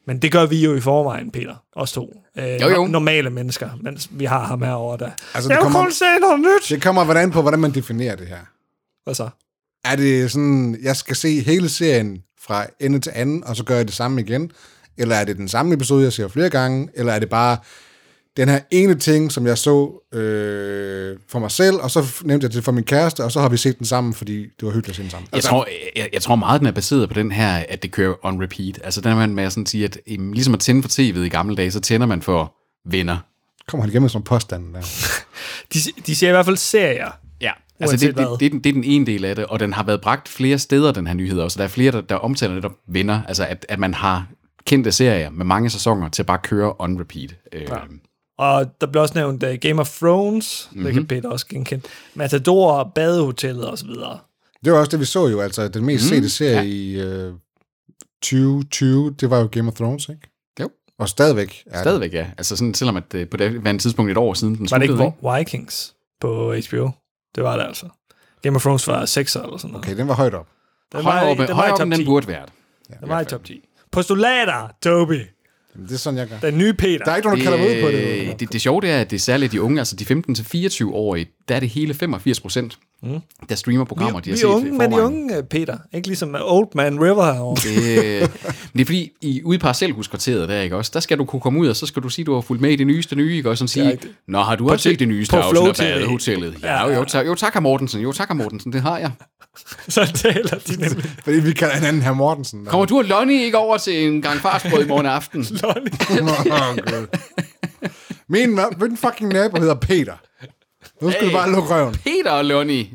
[SPEAKER 1] men det gør vi jo i forvejen, Peter, os to. Øh,
[SPEAKER 2] Jo, jo.
[SPEAKER 1] no- normale mennesker, mens vi har ham herovre, der... Altså,
[SPEAKER 3] Altså,
[SPEAKER 1] jeg
[SPEAKER 3] det
[SPEAKER 1] vil
[SPEAKER 3] kommer-
[SPEAKER 1] kun se noget nyt!
[SPEAKER 3] Det kommer hvordan på, hvordan man definerer det her.
[SPEAKER 1] Hvad så?
[SPEAKER 3] Er det sådan, jeg skal se hele serien fra ende til anden, og så gør jeg det samme igen? Eller er det den samme episode, jeg ser flere gange? Eller er det bare den her ene ting, som jeg så øh, for mig selv, og så f- nævnte jeg det for min kæreste, og så har vi set den sammen, fordi det var hyggeligt at se den sammen. Altså,
[SPEAKER 1] Altså-
[SPEAKER 2] Jeg tror, jeg, jeg tror meget, den er baseret på den her, at det kører on repeat. Altså den her med at sådan sige, at em, ligesom at tænde for tv'et i gamle dage, så tænder man for venner.
[SPEAKER 3] Kommer han igennem med sådan nogle påstande der.
[SPEAKER 1] De, de ser i hvert fald serier.
[SPEAKER 2] Ja. Altså
[SPEAKER 1] Uanset
[SPEAKER 2] det, det,
[SPEAKER 1] hvad.
[SPEAKER 2] det, det, er den, det er den ene del af det, og den har været bragt flere steder, den her nyhed også. Der er flere, der, der omtaler netop venner. Altså at, at man har kendte serier med mange sæsoner til at bare køre on repeat. Øhm, Ja.
[SPEAKER 1] Og der blev også nævnt uh, Game of Thrones,
[SPEAKER 2] Mhm.
[SPEAKER 1] mm-hmm. det kan Peter også genkende, Matador, badehotellet osv.
[SPEAKER 3] Det var også det, vi så jo, altså den mest mm, sete serie ja. i øh, 2020, det var jo Game of Thrones, ikke?
[SPEAKER 2] Jo.
[SPEAKER 3] Og stadigvæk er det.
[SPEAKER 2] Stadigvæk, ja. Altså sådan, selvom at det på det var en tidspunkt et år siden, den
[SPEAKER 1] Var det
[SPEAKER 2] sluttede.
[SPEAKER 1] ikke Vikings på HBO? Det var det altså. Game of Thrones var 6 eller sådan noget.
[SPEAKER 3] Okay, den var højt op.
[SPEAKER 1] Den var,
[SPEAKER 2] Højere
[SPEAKER 1] i-
[SPEAKER 2] oppe,
[SPEAKER 1] den var i
[SPEAKER 2] højere
[SPEAKER 1] top
[SPEAKER 2] oppe, end
[SPEAKER 1] 10.
[SPEAKER 2] den burde være.
[SPEAKER 1] Den var i top 10. Postulater, Toby.
[SPEAKER 3] Jamen, det er sådan, jeg gør.
[SPEAKER 1] Den nye Peter.
[SPEAKER 3] Der er ikke nogen, der kalder mig ud på det.
[SPEAKER 2] Øh, det, det sjove det er, at det er særligt de unge, altså de 15-24-årige, der er det hele 85 procent, mm. der streamer programmer, de
[SPEAKER 1] vi,
[SPEAKER 2] har
[SPEAKER 1] vi
[SPEAKER 2] set
[SPEAKER 1] er
[SPEAKER 2] i
[SPEAKER 1] unge, men de
[SPEAKER 2] forvejen.
[SPEAKER 1] unge, øh, Peter. Ikke ligesom Old Man River
[SPEAKER 2] *laughs*
[SPEAKER 1] herovre.
[SPEAKER 2] Øh, men det er fordi, i, ude i parcelhuskvarteret der, ikke også, der skal du kunne komme ud, og så skal du sige, du har fulgt med i det nyeste nye, ikke også, sådan sige,
[SPEAKER 1] rigtigt.
[SPEAKER 2] Nå, har du også
[SPEAKER 1] På
[SPEAKER 2] set det nyeste
[SPEAKER 1] på Flow
[SPEAKER 2] afsnit
[SPEAKER 1] TV.
[SPEAKER 2] af hotellet?
[SPEAKER 1] Ja,
[SPEAKER 2] Ja,
[SPEAKER 1] ja.
[SPEAKER 2] jo, tak, jo, tak, herr Mortensen, jo, tak, herr Mortensen, det har jeg.
[SPEAKER 1] Så taler de nemlig
[SPEAKER 3] Fordi vi kalder hinanden herr Mortensen.
[SPEAKER 2] Kommer du og Lonnie ikke over til en gang farsbrød i morgen
[SPEAKER 1] *laughs*
[SPEAKER 2] aften? *laughs*
[SPEAKER 1] Lonnie.
[SPEAKER 3] oh, God. Min, na- min fucking nabo hedder Peter. Nu skal hey. du
[SPEAKER 2] Hey.
[SPEAKER 3] bare lukke røven.
[SPEAKER 2] Peter og Lonnie.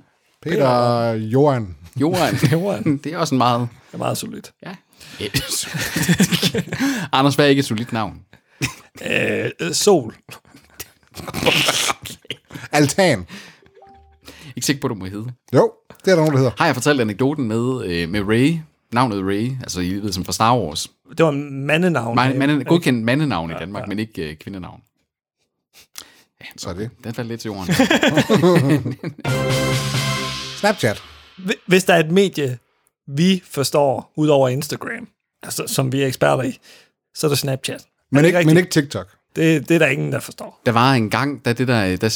[SPEAKER 3] Peter Johan.
[SPEAKER 1] *laughs*
[SPEAKER 2] Johan.
[SPEAKER 1] Johan.
[SPEAKER 2] det er også en meget...
[SPEAKER 1] Det er meget solidt.
[SPEAKER 2] Ja. *laughs* Anders, hvad er ikke et solidt navn?
[SPEAKER 1] Øh, øh, sol.
[SPEAKER 3] Altan.
[SPEAKER 2] Ikke sikker på, du må hedde.
[SPEAKER 3] Jo, det er der nogen, der hedder.
[SPEAKER 2] Har jeg fortalt anekdoten med, øh, med Ray? Navnet Ray, altså I ved som fra Star Wars.
[SPEAKER 1] Det var mandenavn.
[SPEAKER 2] Man, man, godkendt mandenavn i Danmark, men ikke øh, kvindenavn.
[SPEAKER 3] Så er det.
[SPEAKER 2] Den faldt lidt til jorden.
[SPEAKER 3] *laughs* Snapchat.
[SPEAKER 1] Hvi- Hvis der er et medie, vi forstår, ud over Instagram, altså, som vi er eksperter i, så er det Snapchat.
[SPEAKER 3] Men ikke, men
[SPEAKER 1] rigtigt?
[SPEAKER 3] ikke TikTok.
[SPEAKER 1] Det, det er der ingen, der
[SPEAKER 3] *laughs*
[SPEAKER 1] forstår.
[SPEAKER 2] Der var en gang, da, det der, da,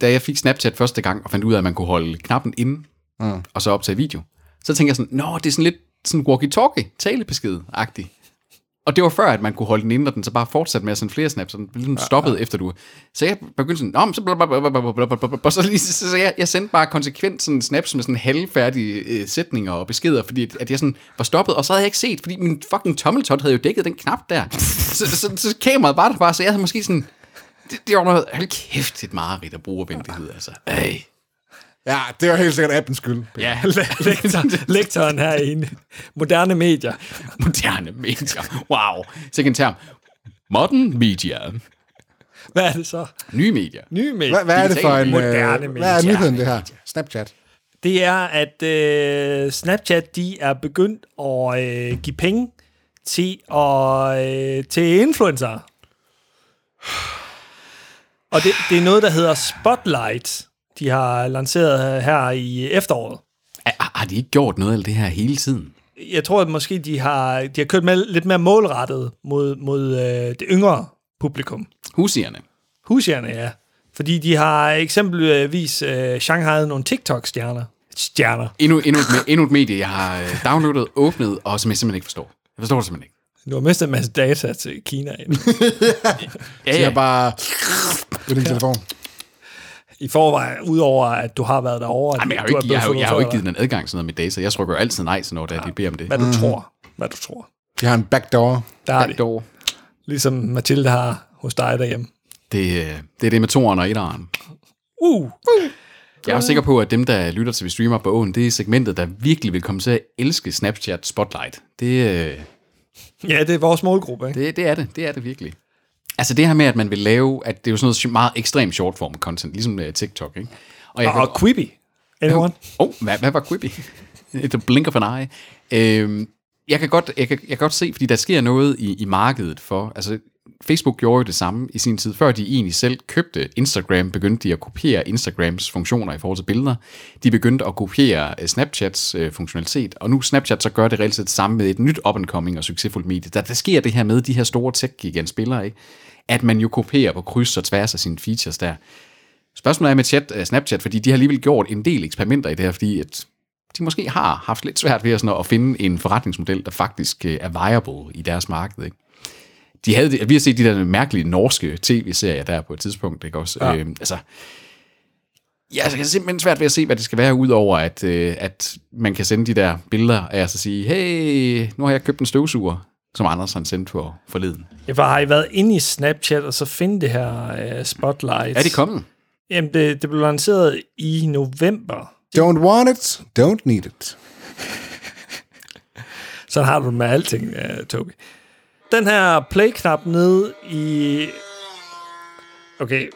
[SPEAKER 2] da jeg fik Snapchat første gang, og fandt ud af, at man kunne holde knappen inde, mm. og så optage video, så tænkte jeg sådan, nå, det er sådan lidt sådan walkie-talkie, talebesked-agtigt. Og det var før, at man kunne holde den inde, og den så bare fortsatte med at sende flere snaps, så den blev ligesom stoppet ja, ja. efter du... Så jeg begyndte sådan, nå, men så blablabla, så, lige, så, så jeg, jeg sendte bare konsekvent sådan snaps med sådan halvfærdige øh, sætninger og beskeder, fordi at, at jeg sådan var stoppet, og så havde jeg ikke set, fordi min fucking tommeltot havde jo dækket den knap der. så, så, så, så kameraet var der bare, så jeg havde måske sådan... Det, det var noget, hold kæft, det er et mareridt at bruge venlighed, altså. Ej.
[SPEAKER 3] Ja, det var helt sikkert appens skyld.
[SPEAKER 2] Ja, *laughs*
[SPEAKER 1] Lektor, lektoren herinde. Moderne medier.
[SPEAKER 2] moderne medier. Wow. Sikke en term. Modern media.
[SPEAKER 1] Hvad er det så?
[SPEAKER 2] Nye medier.
[SPEAKER 1] Nye medier.
[SPEAKER 3] Hvad, hvad er det for en...
[SPEAKER 1] Moderne
[SPEAKER 3] Øh, hvad er
[SPEAKER 1] medier.
[SPEAKER 3] nyheden, det her? Snapchat.
[SPEAKER 1] Det er, at øh, Snapchat de er begyndt at øh, give penge til, at, øh, til influencer. Og det, det er noget, der hedder Spotlight, de har lanceret her i efteråret.
[SPEAKER 2] Er- Har, har de ikke gjort noget af det her hele tiden?
[SPEAKER 1] Jeg tror, at måske de har, de har kørt med, lidt mere målrettet mod, mod øh, det yngre publikum.
[SPEAKER 2] Husierne.
[SPEAKER 1] Husjerne, ja. Fordi de har eksempelvis øh, Shanghai havde nogle TikTok-stjerner. Stjerner.
[SPEAKER 2] Endnu, endnu, et, me- endnu et medie, jeg har øh, downloadet, åbnet, og som jeg simpelthen ikke forstår. Jeg forstår det simpelthen ikke.
[SPEAKER 1] Du har mistet en masse data til Kina ind.
[SPEAKER 3] Så jeg bare... Ved din telefon.
[SPEAKER 1] i forvejen, udover at du har været derovre.
[SPEAKER 2] Jamen, jeg har
[SPEAKER 1] du
[SPEAKER 2] jo
[SPEAKER 1] er
[SPEAKER 2] ikke,
[SPEAKER 1] blevet
[SPEAKER 2] jeg har, jo- jeg har jo ikke
[SPEAKER 1] fotograferet.
[SPEAKER 2] givet den adgang til noget af mit data. Jeg trykker jo altid nej, så når der, de beder om det.
[SPEAKER 1] Hvad du tror. Hvad du tror.
[SPEAKER 3] Jeg har en backdoor.
[SPEAKER 1] Der er det.
[SPEAKER 2] Backdoor.
[SPEAKER 1] Ligesom Mathilde har hos dig derhjemme.
[SPEAKER 2] Det, øh, det er det med toeren og etteren.
[SPEAKER 1] Uh!
[SPEAKER 2] Jeg er også sikker på, at dem, der lytter til, vi streamer på åen, det er segmentet, der virkelig vil komme til at elske Snapchat Spotlight. Det, øh,
[SPEAKER 1] Ja, det er vores målgruppe, ikke?
[SPEAKER 2] det, det er det. Det er det virkelig. Altså det her med, at man vil lave, at det er jo sådan noget meget ekstrem short form content, ligesom øh, TikTok, ikke? jeg
[SPEAKER 1] Og,
[SPEAKER 2] kan-
[SPEAKER 1] og Quibi. Anyone?
[SPEAKER 2] Åh, oh, hvad, hvad var *laughs* Quibi? Et blink of an eye. Øhm, jeg, kan godt, jeg, kan, jeg kan godt se, fordi der sker noget i, i markedet for... Altså, Facebook gjorde jo det samme i sin tid. Før de egentlig selv købte Instagram, begyndte de at kopiere Instagrams funktioner i forhold til billeder. De begyndte at kopiere øh, Snapchats øh, funktionalitet, og nu Snapchat så gør det reelt set det samme med et nyt up-and-coming og succesfuldt medie. Der, der sker det her med de her store tech-gigant-spillere, ikke? at man jo kopierer på kryds og tværs af sine features der. Spørgsmålet er med chat, øh, Snapchat, fordi de har alligevel gjort en del eksperimenter i det her, fordi at de måske har haft lidt svært ved at, sådan at finde en forretningsmodel, der faktisk øh, er viable i deres marked. Ikke? De havde det, vi har set de der mærkelige norske tv-serier der på et tidspunkt. Ikke? Også, ja. øh, altså, ja, altså, jeg har simpelthen svært ved at se, hvad det skal være, udover at, øh, at man kan sende de der billeder af os og sige, hey, nu har jeg købt en støvsuger, som Anders han sendte for forleden.
[SPEAKER 1] Ja, for har I været inde i Snapchat og så finde det her uh, spotlight?
[SPEAKER 2] Er det kommet?
[SPEAKER 1] Jamen, det, det blev lanceret i november.
[SPEAKER 3] Don't want it, don't need it.
[SPEAKER 1] Sådan har du det med alting, uh, Toby. Den her play-knap nede i... Okay,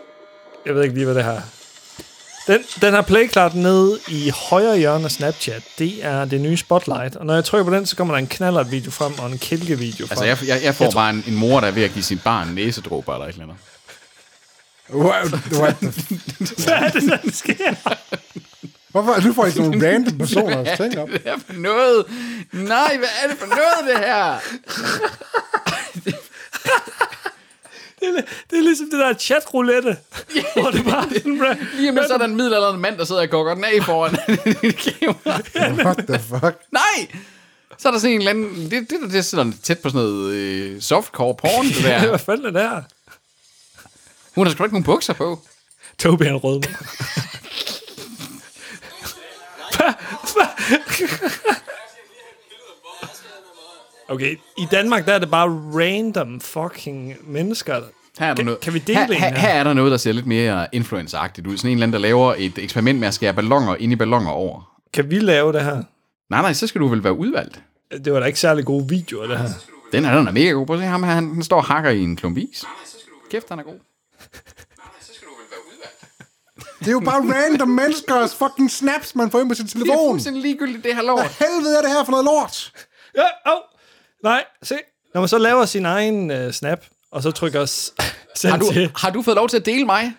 [SPEAKER 1] jeg ved ikke lige, hvad det her... Den, den her playklart nede i højre hjørne af Snapchat, det er det nye Spotlight. Og når jeg trykker på den, så kommer der en knallert video frem og en kælkevideo frem.
[SPEAKER 2] Altså, jeg, jeg, jeg får jeg bare en, en mor, der er ved at give sin barn næsedråber eller et eller andet.
[SPEAKER 3] What, what the
[SPEAKER 1] *laughs*
[SPEAKER 3] f-
[SPEAKER 1] Hvad er det, der sker?
[SPEAKER 3] Hvorfor? Nu får I sådan nogle random personer ting *laughs*
[SPEAKER 2] *laughs*
[SPEAKER 3] op.
[SPEAKER 2] Hvad er det for noget? Nej, hvad er det for noget, det her?
[SPEAKER 1] Det er, li- det er ligesom det der
[SPEAKER 2] *laughs*
[SPEAKER 1] chat-roulette, hvor det bare er sådan, bra-
[SPEAKER 2] Lige med sådan en middelalderende mand, der sidder og kokker den af foran *laughs* et kamera.
[SPEAKER 3] What the fuck?
[SPEAKER 2] Nej! Så er der sådan en eller anden... Det, det, det sidder tæt på sådan noget øh, softcore porn, det
[SPEAKER 1] *laughs*
[SPEAKER 2] der.
[SPEAKER 1] hvad fanden er det her?
[SPEAKER 2] Hun har sgu da ikke nogen bukser på.
[SPEAKER 1] Toby han rød. Okay, i Danmark der er det bare random fucking mennesker.
[SPEAKER 2] Her er der
[SPEAKER 1] Kan-
[SPEAKER 2] noget,
[SPEAKER 1] kan vi dele
[SPEAKER 2] her,
[SPEAKER 1] en
[SPEAKER 2] her,
[SPEAKER 1] her?
[SPEAKER 2] her er der noget, der ser lidt mere influenceragtigt ud. Sådan en eller anden, der laver et eksperiment med at skære ballonger ind i ballonger over.
[SPEAKER 1] Kan vi lave det her?
[SPEAKER 2] Nej, nej, så skal du vel være udvalgt.
[SPEAKER 1] Det var da ikke særlig gode videoer, det her.
[SPEAKER 2] Den er, den er mega god. Prøv at se ham her. Han, han står og hakker i en klump is. Kæft, han er god.
[SPEAKER 3] Det er jo bare random menneskers fucking snaps, man får ind på sin
[SPEAKER 2] Det er
[SPEAKER 3] telefon.
[SPEAKER 2] fuldstændig ligegyldigt, det her lort.
[SPEAKER 3] Helvede er det her for noget lort?
[SPEAKER 1] Ja, oh. Nej, se. Når man så laver sin egen uh, snap, og så trykker s- send
[SPEAKER 2] Har du,
[SPEAKER 1] til,
[SPEAKER 2] har du fået lov til at dele mig?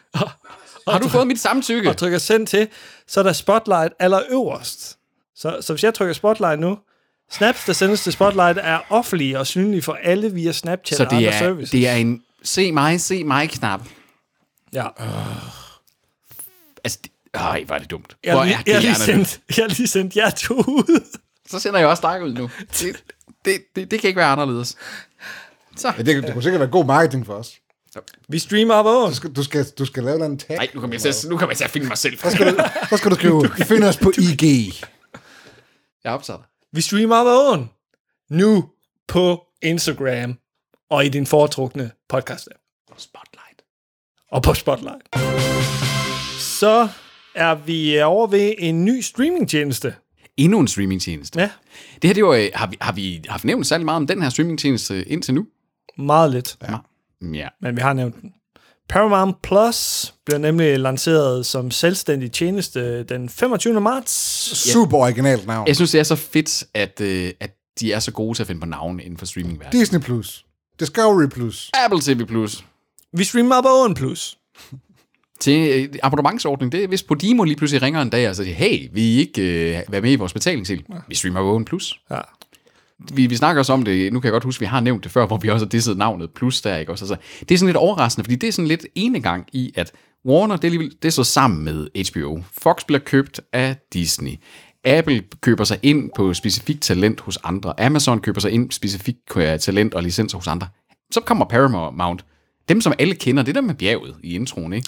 [SPEAKER 2] Har du fået mit samtykke?
[SPEAKER 1] og trykker send til, så er der spotlight allerøverst. Så, så hvis jeg trykker spotlight nu, snaps, der sendes til spotlight, er offentlige og synlige for alle via Snapchat
[SPEAKER 2] Så
[SPEAKER 1] og
[SPEAKER 2] det
[SPEAKER 1] andre
[SPEAKER 2] er,
[SPEAKER 1] services.
[SPEAKER 2] det er en se mig, se mig-knap.
[SPEAKER 1] Ja.
[SPEAKER 2] Øh, Altså, det, øj, var det dumt.
[SPEAKER 1] Jeg,
[SPEAKER 2] Hvor
[SPEAKER 1] har lige,
[SPEAKER 2] er det
[SPEAKER 1] jeg, har lige
[SPEAKER 2] hjernedødt.
[SPEAKER 1] sendt, jeg har lige sendt jer to ud.
[SPEAKER 2] Så sender jeg også dig ud nu. Det, det, det, det kan ikke være anderledes.
[SPEAKER 3] Ja, det, det kunne sikkert være god marketing for os.
[SPEAKER 1] Vi streamer op ad åen.
[SPEAKER 3] Du skal, du skal, du skal lave en eller anden tag.
[SPEAKER 2] Nej, nu kommer jeg til at, nu kommer jeg til at filme mig selv.
[SPEAKER 3] Så skal du skrive, find os på IG.
[SPEAKER 2] Jeg optager dig.
[SPEAKER 1] Vi streamer op ad åen. Nu på Instagram og i din foretrukne podcast app.
[SPEAKER 2] Spotlight.
[SPEAKER 1] og på Spotlight. Så er vi over ved en ny streamingtjeneste.
[SPEAKER 2] Endnu en streamingtjeneste.
[SPEAKER 1] Ja,
[SPEAKER 2] Det her, det var, øh, har, vi, har vi haft nævnt særlig meget om den her streamingtjeneste indtil nu?
[SPEAKER 1] meget lidt,
[SPEAKER 2] Ja. ja.
[SPEAKER 1] men vi har nævnt den. Paramount Plus bliver nemlig lanceret som selvstændig tjeneste den 25. marts.
[SPEAKER 3] Super originalt navn.
[SPEAKER 2] Jeg synes, det er så fedt, at, øh, at de er så gode til at finde på navne inden for streamingverdenen.
[SPEAKER 3] Disney Plus. Discovery Plus.
[SPEAKER 2] Apple TV Plus.
[SPEAKER 1] Vi streamer op ad åen plus.
[SPEAKER 2] Til øh, abonnementsordning, det er, hvis Podimo lige pludselig ringer en dag og så siger, hey, vil I ikke øh, være med i vores betalingshjælp? Ja. Vi streamer Vågen Plus.
[SPEAKER 1] Ja.
[SPEAKER 2] Vi, vi snakker også om det, nu kan jeg godt huske, vi har nævnt det før, hvor vi også har disset navnet Plus der, ikke også? Altså, det er sådan lidt overraskende, fordi det er sådan lidt ene gang i, at Warner, det er, alligevel- det er så sammen med HBO. Fox bliver købt af Disney. Apple køber sig ind på specifikt talent hos andre. Amazon køber sig ind specifikt øh, talent og licenser hos andre. Så kommer Paramount. Dem, som alle kender, det er der med bjerget i introen, ikke?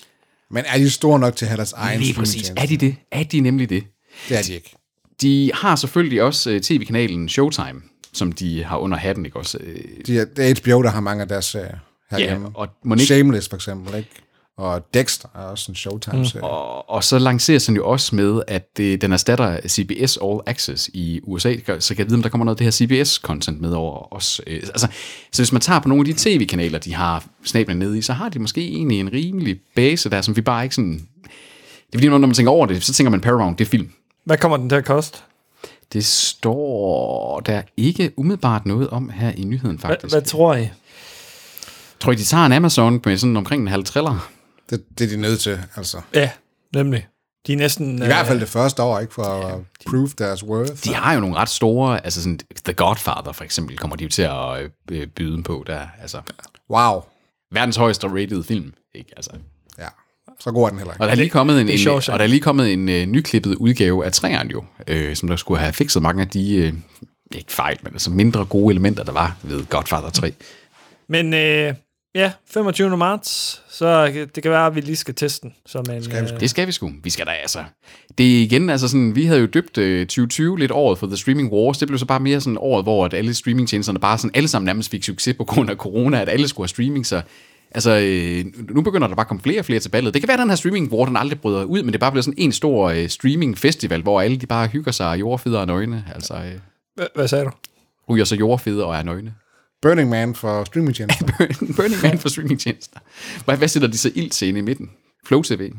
[SPEAKER 3] Men er de store nok til at have deres egen
[SPEAKER 2] Lige præcis. Er de det? Er de nemlig det?
[SPEAKER 3] Det er de ikke.
[SPEAKER 2] De har selvfølgelig også øh, tv-kanalen Showtime, som de har under hatten, ikke også? Øh,
[SPEAKER 3] De er, det er HBO, der har mange af deres serier herhjemme.
[SPEAKER 2] og Monique-
[SPEAKER 3] Shameless for eksempel, ikke? Og Dexter er også en Showtime-serie. Mm.
[SPEAKER 2] og, og så lanceres den jo også med, at det, den erstatter CBS All Access i USA, Det gør- så kan jeg vide, om der kommer noget af det her CBS-content med over os. Øh, Altså, så hvis man tager på nogle af de tv-kanaler, de har snablen nede i, så har de måske egentlig en rimelig base der, som vi bare ikke sådan... Det er fordi, når man tænker over det, så tænker man Paramount, det er film.
[SPEAKER 1] Hvad kommer den til at koste?
[SPEAKER 2] Det står der ikke umiddelbart noget om her i nyheden,
[SPEAKER 1] Hva,
[SPEAKER 2] faktisk.
[SPEAKER 1] hvad tror I?
[SPEAKER 2] Tror I, de tager en Amazon med sådan omkring en halv triller?
[SPEAKER 3] Det, det er de nødt til, altså.
[SPEAKER 1] Ja, nemlig. De er næsten... øh,
[SPEAKER 3] I hvert fald det første år, ikke? For at prove deres worth.
[SPEAKER 2] De har jo nogle ret store, altså sådan The Godfather for eksempel, kommer de jo til at øh, byde på der. Altså,
[SPEAKER 3] Wow.
[SPEAKER 2] verdens højeste rated film. Ikke? Altså,
[SPEAKER 3] Ja. Så god er den heller ikke.
[SPEAKER 2] og der er lige kommet en,
[SPEAKER 1] det er
[SPEAKER 2] en,
[SPEAKER 1] sjovt, ja.
[SPEAKER 2] og der er lige kommet en øh, nyklippet udgave af træerne jo, øh, som der skulle have fikset mange af de, øh, ikke fejl, men altså mindre gode elementer, der var ved Godfather 3.
[SPEAKER 1] Men øh, ja, 25. marts, så det kan være, at vi lige skal teste den. Som en, øh,
[SPEAKER 2] Det skal vi sgu. Vi skal da altså. Det er igen, altså sådan, vi havde jo døbt øh, 2020 lidt året for The Streaming Wars. Det blev så bare mere sådan året, hvor at alle streamingtjenesterne bare sådan alle sammen nærmest fik succes på grund af corona, at alle skulle have streaming, så Altså, øh, nu begynder der bare at komme flere og flere til ballet. Det kan være, at den her streaming war den aldrig bryder ud, men det bare bliver sådan en stor øh, streaming-festival, hvor alle de bare hygger sig og jordfeder og nøgne. Altså, øh,
[SPEAKER 1] hva, hvad sagde du?
[SPEAKER 2] ryger sig jordfeder og er nøgne. *laughs*
[SPEAKER 3] Burning Man for streamingtjenester.
[SPEAKER 2] Burning Man for streamingtjenester. Hvad, hvad sætter de så ild til inde i midten? Flow TV.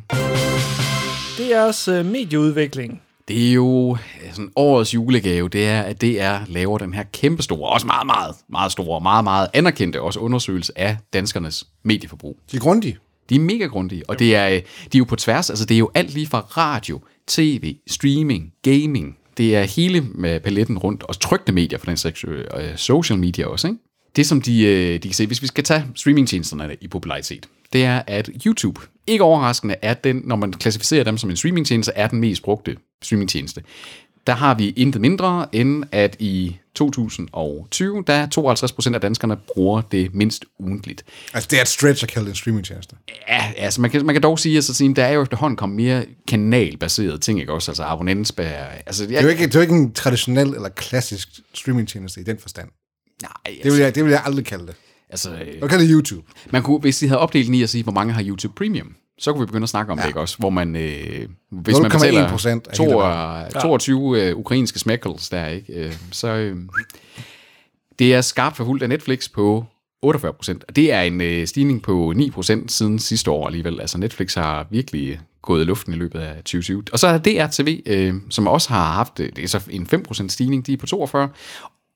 [SPEAKER 1] DR's øh, medieudvikling.
[SPEAKER 2] Det er jo øh, sådan årets julegave, det er, at DR laver den her kæmpestore, også meget, meget, meget store, meget, meget anerkendte også undersøgelse af danskernes medieforbrug.
[SPEAKER 3] De er grundige.
[SPEAKER 2] De er mega grundige, og det er, øh, de er jo på tværs, altså det er jo alt lige fra radio, tv, streaming, gaming. Det er hele med paletten rundt, og trygte medier for den sags øh, øh, social media også, ikke? Det som de, øh, de kan se, hvis vi skal tage streamingtjenesterne i popularitet, det er, at YouTube, ikke overraskende, er den, når man klassificerer dem som en streamingtjeneste, er den mest brugte streamingtjeneste. Der har vi intet mindre end, at i 2020, der 52% af danskerne bruger det mindst ugentligt.
[SPEAKER 3] Altså, det er et stretch at kalde det en streamingtjeneste.
[SPEAKER 2] Ja, altså man kan, man kan dog sige, at så sige, der er jo efterhånden kommet mere kanalbaserede ting, ikke også? Altså abonnentsbær. Altså,
[SPEAKER 3] Det er, jo
[SPEAKER 2] jeg,
[SPEAKER 3] ikke, det er jo ikke en traditionel eller klassisk streamingtjeneste i den forstand.
[SPEAKER 2] nej,
[SPEAKER 3] Det vil jeg, det vil jeg aldrig kalde det.
[SPEAKER 2] altså, øh,
[SPEAKER 3] Jeg kalder det YouTube.
[SPEAKER 2] man kunne, hvis de havde opdelt den i at sige, hvor mange har YouTube Premium, så kunne vi begynde at snakke om ja. det, ikke også? Hvor man, øh, hvis man
[SPEAKER 3] 0,1%
[SPEAKER 2] betaler
[SPEAKER 3] af hele
[SPEAKER 2] 22, 22 øh, ukrainske smekkels der, ikke? Øh, så øh, det er skarpt forfulgt af Netflix på 48 procent. Det er en øh, stigning på 9 procent siden sidste år alligevel. Altså Netflix har virkelig gået i luften i løbet af 2020. Og så er der DRTV, øh, som også har haft øh, det er så en 5 procent stigning, de er på 42.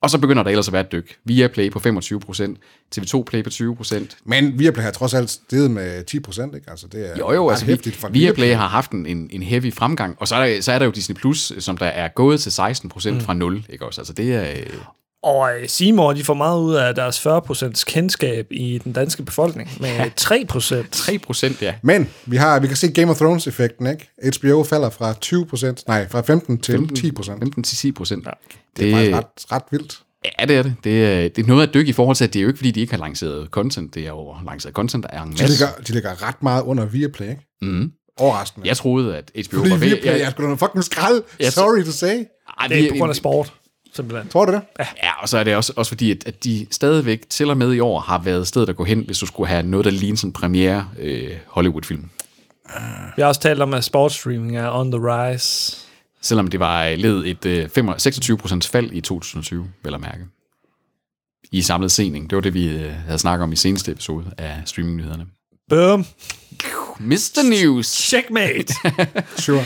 [SPEAKER 2] Og så begynder der ellers at være et dyk. Viaplay på 25 procent, TV2 Play på 20 procent.
[SPEAKER 3] Men Viaplay har trods alt steget med 10 procent, ikke? Altså, det er
[SPEAKER 2] Jo, jo,
[SPEAKER 3] ret
[SPEAKER 2] altså
[SPEAKER 3] hæftigt
[SPEAKER 2] vi, Viaplay har haft en, en, en heavy fremgang. Og så er, der, så er der jo Disney+, Plus, som der er gået til 16 procent mm. fra 0, ikke også? Altså det er... Øh,
[SPEAKER 1] Og øh, Seymour, de får meget ud af deres 40% kendskab i den danske befolkning med 3%.
[SPEAKER 2] 3 procent, ja.
[SPEAKER 3] Men vi, har, vi kan se Game of Thrones-effekten, ikke? HBO falder fra 20 procent, nej, fra 15 til 10 procent.
[SPEAKER 2] 15 til 10 procent. Ja.
[SPEAKER 3] Det er faktisk ret, ret vildt.
[SPEAKER 2] Ja, det er det. Det er, det er noget at dykke i forhold til, at det er jo ikke, fordi de ikke har lanceret content. Det er jo lanceret content, der er en
[SPEAKER 3] De
[SPEAKER 2] masse.
[SPEAKER 3] ligger, de ligger ret meget under Viaplay, ikke? Mm. Overraskende.
[SPEAKER 2] Mm-hmm. Jeg troede, at HBO
[SPEAKER 3] Fordi
[SPEAKER 2] var ved.
[SPEAKER 3] Viaplay er sgu da noget fucking skrald. Sorry to say.
[SPEAKER 2] Ej,
[SPEAKER 1] Det er
[SPEAKER 2] vi-
[SPEAKER 1] på grund af sport, simpelthen.
[SPEAKER 3] Tror du det?
[SPEAKER 2] Ja, og så er det også, også fordi, at, at de stadigvæk til og med i år har været stedet at gå hen, hvis du skulle have noget, der ligner sådan en premiere øh, Hollywood-film.
[SPEAKER 1] Vi har også talt om, at sportsstreaming er on the rise.
[SPEAKER 2] Selvom det var øh, led et øh, 25 26 procents fald i 2020, vel at mærke. I samlet sening. Det var det, vi øh, havde snakket om i seneste episode af streamingnyhederne.
[SPEAKER 1] Boom.
[SPEAKER 2] Mr. News!
[SPEAKER 1] Checkmate.
[SPEAKER 3] Sure.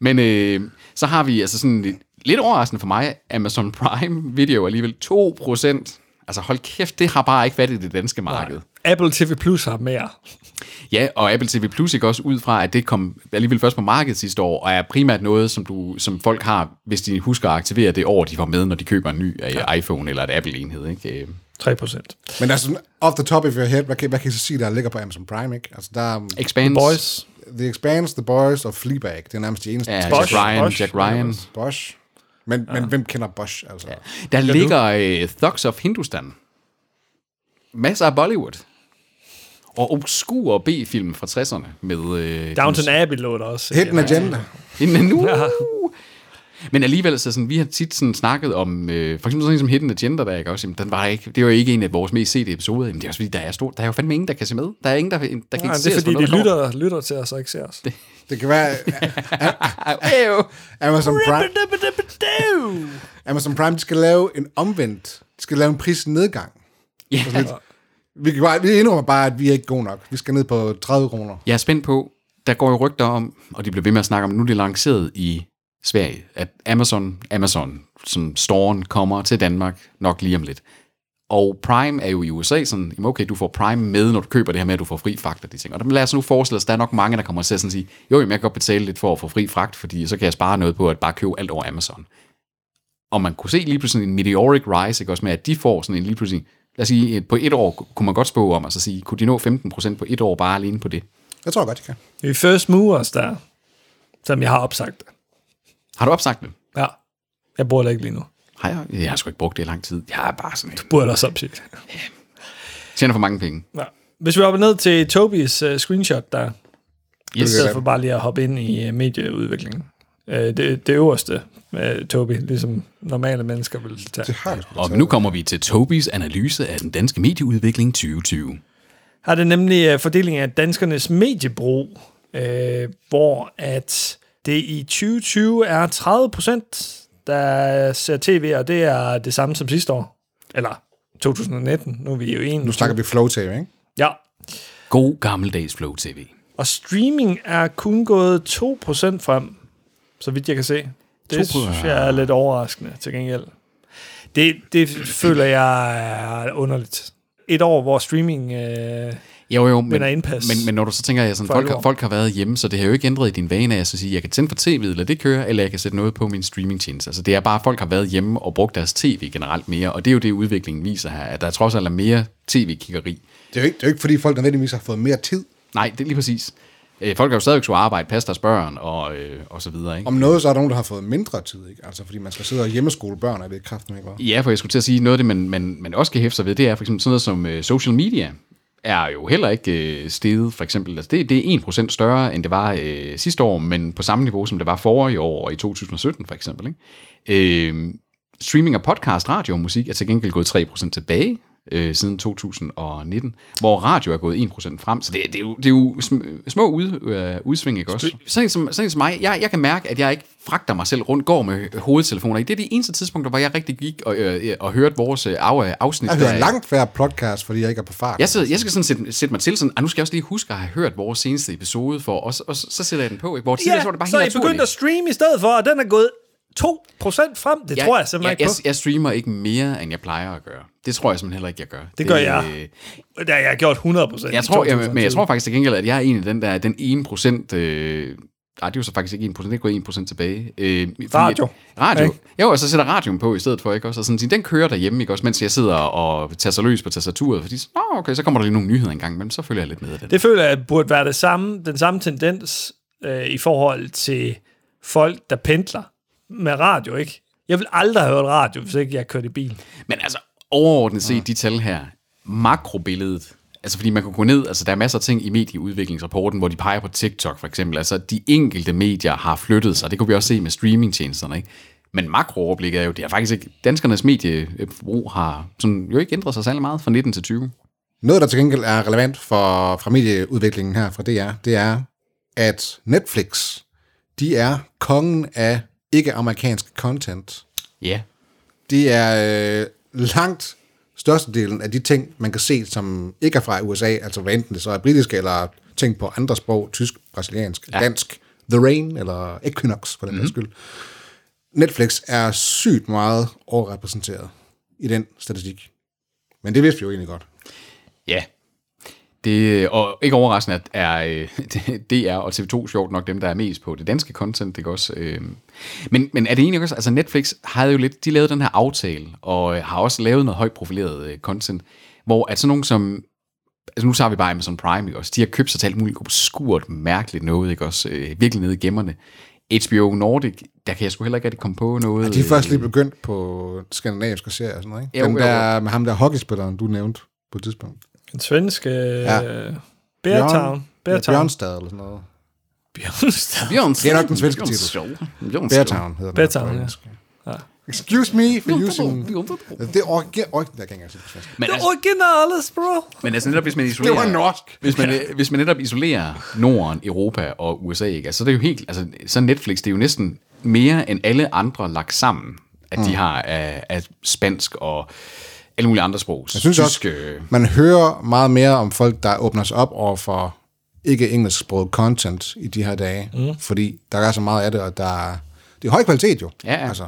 [SPEAKER 2] Men øh, så har vi altså sådan lidt, lidt overraskende for mig, Amazon Prime Video er alligevel 2%. Altså hold kæft, det har bare ikke været i det danske marked. Nej.
[SPEAKER 1] *laughs* Apple TV Plus har mere.
[SPEAKER 2] Ja, og Apple TV Plus ikke også ud fra, at det kom alligevel først på markedet sidste år, og er primært noget, som, du, som folk har, hvis de husker at aktivere det år, de får med, når de køber en ny ja. iPhone eller et Apple-enhed. Ikke? Øh,
[SPEAKER 1] 3%.
[SPEAKER 3] Men altså, off the top of your head, hvad kan, hvad kan I så sige, der ligger på Amazon Prime, ikke? Altså, der er um,
[SPEAKER 2] Expanse,
[SPEAKER 1] Boys.
[SPEAKER 3] The Expanse, The Boys og Fleabag. Det er nærmest de eneste.
[SPEAKER 2] Ja,
[SPEAKER 1] Bosch,
[SPEAKER 2] Jack Ryan,
[SPEAKER 1] Bosch.
[SPEAKER 2] Jack Ryan.
[SPEAKER 3] Bosch. Men, men hvem kender Bosch, altså? Ja.
[SPEAKER 2] Der ligger øh, Thugs of Hindustan. Masser af Bollywood. Og obskur B-film fra 60'erne med... Øh,
[SPEAKER 1] Downton Abbey lå der også.
[SPEAKER 3] Hidden Agenda.
[SPEAKER 2] Hidden nu. Men alligevel, så sådan, vi har tit sådan snakket om, øh, for eksempel sådan en som Hidden Agenda, der, ikke? Også, jamen, den var ikke, det var ikke en af vores mest sete episoder. Jamen, det er også fordi, der er, stor, der er jo fandme ingen, der kan se med. Der er ingen, der, der kan
[SPEAKER 1] Nej, det
[SPEAKER 2] se
[SPEAKER 1] er
[SPEAKER 2] os for
[SPEAKER 1] fordi,
[SPEAKER 2] noget,
[SPEAKER 1] de
[SPEAKER 2] der kommer.
[SPEAKER 1] lytter, lytter til os og ikke ser os.
[SPEAKER 3] Det
[SPEAKER 2] *laughs*
[SPEAKER 3] kan være
[SPEAKER 2] Ej, øv.
[SPEAKER 3] Amazon Prime. Amazon Prime, de skal lave en omvendt. De skal lave en prisnedgang.
[SPEAKER 2] Ja.
[SPEAKER 1] Altså,
[SPEAKER 3] Vi, kan bare, vi indrømmer bare, at vi er ikke gode nok. Vi skal ned på 30 kroner.
[SPEAKER 2] Jeg er spændt på, der går jo rygter om, og de bliver ved med at snakke om, nu er det lanceret i Sverige, at Amazon, Amazon, som storen kommer til Danmark nok lige om lidt. Og Prime er jo i USA sådan, jamen okay, du får Prime med, når du køber det her med, at du får fri fragt og de ting. Og der- lad os nu forestille os, der er nok mange, der kommer til at sådan sige, jo, jamen, jeg kan godt betale lidt for at få fri fragt, fordi så kan jeg spare noget på at bare købe alt over Amazon. Og man kunne se lige pludselig en meteoric rise, ikke også med, at de får sådan en lige pludselig, lad os sige, et- på et år kunne man godt spå om, og så sige, kunne de nå 15% på et år bare alene på det?
[SPEAKER 3] Jeg tror godt, de kan.
[SPEAKER 1] Vi er first movers der, som jeg har opsagt.
[SPEAKER 2] Har du opsagt det?
[SPEAKER 1] Ja. Jeg bruger det ikke lige nu.
[SPEAKER 2] Har jeg? Jeg har sgu ikke brugt det i lang tid. Jeg er bare sådan en...
[SPEAKER 1] Burde jeg også opsige det.
[SPEAKER 2] Tjener for mange penge.
[SPEAKER 1] Ja. Hvis vi hopper ned til Tobis uh, screenshot der, i
[SPEAKER 2] Yes.
[SPEAKER 1] stedet for bare lige at hoppe ind i uh, medieudviklingen. Uh, det, det øverste, uh, Tobi, ligesom normale mennesker vil tage.
[SPEAKER 3] Det har vi sgu.
[SPEAKER 2] Og nu kommer vi til Tobis analyse af den danske medieudvikling 2020.
[SPEAKER 1] har det nemlig uh, fordelingen af danskernes mediebrug, uh, hvor at det i 2020 er 30 procent, der ser tv, og det er det samme som sidste år. Eller 2019, nu er vi jo en.
[SPEAKER 3] Nu snakker vi flow TV, ikke?
[SPEAKER 1] Ja,
[SPEAKER 2] God gammeldags Flow TV.
[SPEAKER 1] Og streaming er kun gået 2% frem, så vidt jeg kan se. Det
[SPEAKER 2] 2%.
[SPEAKER 1] synes jeg er lidt overraskende til gengæld. Det, det føler jeg er underligt. Et år, hvor streaming... Øh,
[SPEAKER 2] Jo, jo, men,
[SPEAKER 1] er indpas.
[SPEAKER 2] men, men når du så tænker, jeg sådan,
[SPEAKER 1] For
[SPEAKER 2] folk, har,
[SPEAKER 1] alvor.
[SPEAKER 2] folk har været hjemme, så det har jo ikke ændret i din vane af at så sige, jeg kan tænde for tv, eller det kører, eller jeg kan sætte noget på min streamingtjeneste. Altså det er bare, at folk har været hjemme og brugt deres tv generelt mere, og det er jo det, udviklingen viser her, at der trods alt er mere tv-kiggeri.
[SPEAKER 3] Det er jo ikke, det er jo ikke fordi folk nødvendigvis har fået mere tid.
[SPEAKER 2] Nej, det er lige præcis. Øh, folk har jo stadigvæk skulle arbejde, passe deres børn, og, øh, og så videre, ikke?
[SPEAKER 3] Om noget, så er der nogen, der har fået mindre tid, ikke? Altså, fordi man skal sidde og hjemmeskole børn, er det kraften, ikke? hva'?
[SPEAKER 2] Ja, for jeg skulle til at sige, noget af det, man, man, man også kan hæfte sig ved, det er for eksempel sådan noget som øh, social media er jo heller ikke øh, steget, for eksempel. Altså det, det er 1% større, end det var øh, sidste år, men på samme niveau, som det var forrige år og i 2017, for eksempel. Ikke? Øh, streaming af podcast, radio og musik er til gengæld gået 3% tilbage øh, siden 2019, hvor radio er gået 1% frem, så det, det, er, jo, det er jo sm- små ud, øh, udsving, ikke også? Sådan en som, sådan en som mig, jeg, jeg kan mærke, at jeg ikke fragter mig selv rundt, går med hovedtelefoner i. Det er de eneste tidspunkter, hvor jeg rigtig gik og, øh, øh, og hørte vores øh, af, afsnit.
[SPEAKER 3] Jeg
[SPEAKER 2] der-
[SPEAKER 3] hører langt færre podcast, fordi jeg ikke er på fart.
[SPEAKER 2] jeg, sidder, jeg skal sådan sætte, sætte mig til sådan, ah, nu skal jeg også lige huske at have hørt vores seneste episode for, og, så- og så, så sætter jeg den på, ikke? Hvor tidligere
[SPEAKER 1] ja,
[SPEAKER 2] så var det bare
[SPEAKER 1] så
[SPEAKER 2] helt
[SPEAKER 1] I begyndte at streame i stedet for, og den er gået 2% frem. Det tror jeg simpelthen
[SPEAKER 2] jeg,
[SPEAKER 1] ikke
[SPEAKER 2] jeg, jeg streamer ikke mere, end jeg plejer at gøre. Det tror jeg simpelthen heller ikke, jeg gør.
[SPEAKER 1] Det gør jeg.
[SPEAKER 2] øh,
[SPEAKER 1] på. Ja, jeg har gjort 100%. i
[SPEAKER 2] Jeg tror, jeg,
[SPEAKER 1] 2020.
[SPEAKER 2] men jeg tror faktisk til gengæld, at jeg er en af den der, den ene procent, øh, ej, det er jo så faktisk ikke en procent, det er gået en procent tilbage. Øh, fordi
[SPEAKER 1] Radio.
[SPEAKER 2] At, radio.
[SPEAKER 1] Ikke?
[SPEAKER 2] Jo, og så sætter radioen på i stedet for, ikke også? Og sådan, sige, den kører derhjemme, ikke også? Mens jeg sidder og tager sig løs på tastaturet, fordi så, Nå, okay, så kommer der lige nogle nyheder engang, men så følger jeg lidt med af det.
[SPEAKER 1] Det føler jeg burde være det samme, den samme tendens øh, i forhold til folk, der pendler med radio, ikke? Jeg vil aldrig have hørt radio, hvis ikke jeg kørte i bil.
[SPEAKER 2] Men altså, overordnet set, de tal her, makrobilledet, altså fordi man kan gå ned, altså der er masser af ting i medieudviklingsrapporten, hvor de peger på TikTok for eksempel, altså de enkelte medier har flyttet sig, det kunne vi også se med streamingtjenesterne, ikke? Men makrooverblikket er jo, det er faktisk ikke, danskernes mediebrug har sådan, jo ikke ændret sig særlig meget fra 19 til 20.
[SPEAKER 3] Noget, der til gengæld er relevant for, for medieudviklingen her fra DR, det er, at Netflix, de er kongen af ikke-amerikansk content.
[SPEAKER 2] Ja.
[SPEAKER 3] Det er øh, langt størstedelen af de ting, man kan se, som ikke er fra USA, altså hvad enten det så er britiske, eller ting på andre sprog, tysk, brasiliansk, ja. dansk, The Rain, eller Equinox, for den mm. skyld. Netflix er sygt meget overrepræsenteret i den statistik. Men det vidste vi jo egentlig godt.
[SPEAKER 2] Ja. Det, og ikke overraskende, at er, øh, *laughs* det- DR og TV2 sjovt nok dem, der er mest på det danske content, ikke også? Øh, Men, men er det egentlig også, altså Netflix havde jo lidt, de lavede den her aftale, og øh, har også lavet noget højt profileret øh, content, hvor at sådan nogen som, altså nu tager vi bare Amazon Prime, ikke også? De har købt sig til alt muligt obskurt, mærkeligt noget, ikke også? Øh, Virkelig nede i gemmerne. HBO Nordic, der kan jeg sgu heller ikke rigtig komme på noget.
[SPEAKER 3] De er først
[SPEAKER 2] øh,
[SPEAKER 3] lige begyndt på skandinaviske serier og sådan noget, ikke?
[SPEAKER 2] Jo,
[SPEAKER 3] Jo, Den
[SPEAKER 2] jo, jo.
[SPEAKER 3] der, med ham der hockeyspilleren, du nævnte på et tidspunkt.
[SPEAKER 1] Den svenske ja.
[SPEAKER 3] Bjørn-
[SPEAKER 1] Beartown.
[SPEAKER 3] Ja,
[SPEAKER 1] øh, Beartown.
[SPEAKER 3] Bjørnstad eller sådan noget.
[SPEAKER 1] Bjørnstad. *laughs*
[SPEAKER 2] Bjørn,
[SPEAKER 3] Det er nok den svenske titel. Beartown hedder den.
[SPEAKER 1] Beartown,
[SPEAKER 3] på
[SPEAKER 1] ja.
[SPEAKER 3] engelsk.
[SPEAKER 1] Ja.
[SPEAKER 3] Excuse me for using... Det er ikke der kan jeg ikke sige.
[SPEAKER 2] Men
[SPEAKER 1] Det
[SPEAKER 2] altså-
[SPEAKER 1] er originales, bro.
[SPEAKER 2] Men altså netop, hvis man isolerer...
[SPEAKER 3] var norsk.
[SPEAKER 2] Hvis man, hvis man netop isolerer Norden, Europa og USA, ikke? Altså, så er det jo helt... Altså, så er Netflix, det er jo næsten mere end alle andre lagt sammen, at
[SPEAKER 3] Mm.
[SPEAKER 2] de har af, af spansk og alle mulige andre sprog. øh,
[SPEAKER 3] Jeg synes også, man hører meget mere om folk, der åbner sig op over for ikke engelsksproget content i de her dage, mm. fordi der er så meget af det, og der er, det er høj kvalitet jo.
[SPEAKER 2] Ja, ja.
[SPEAKER 3] Altså,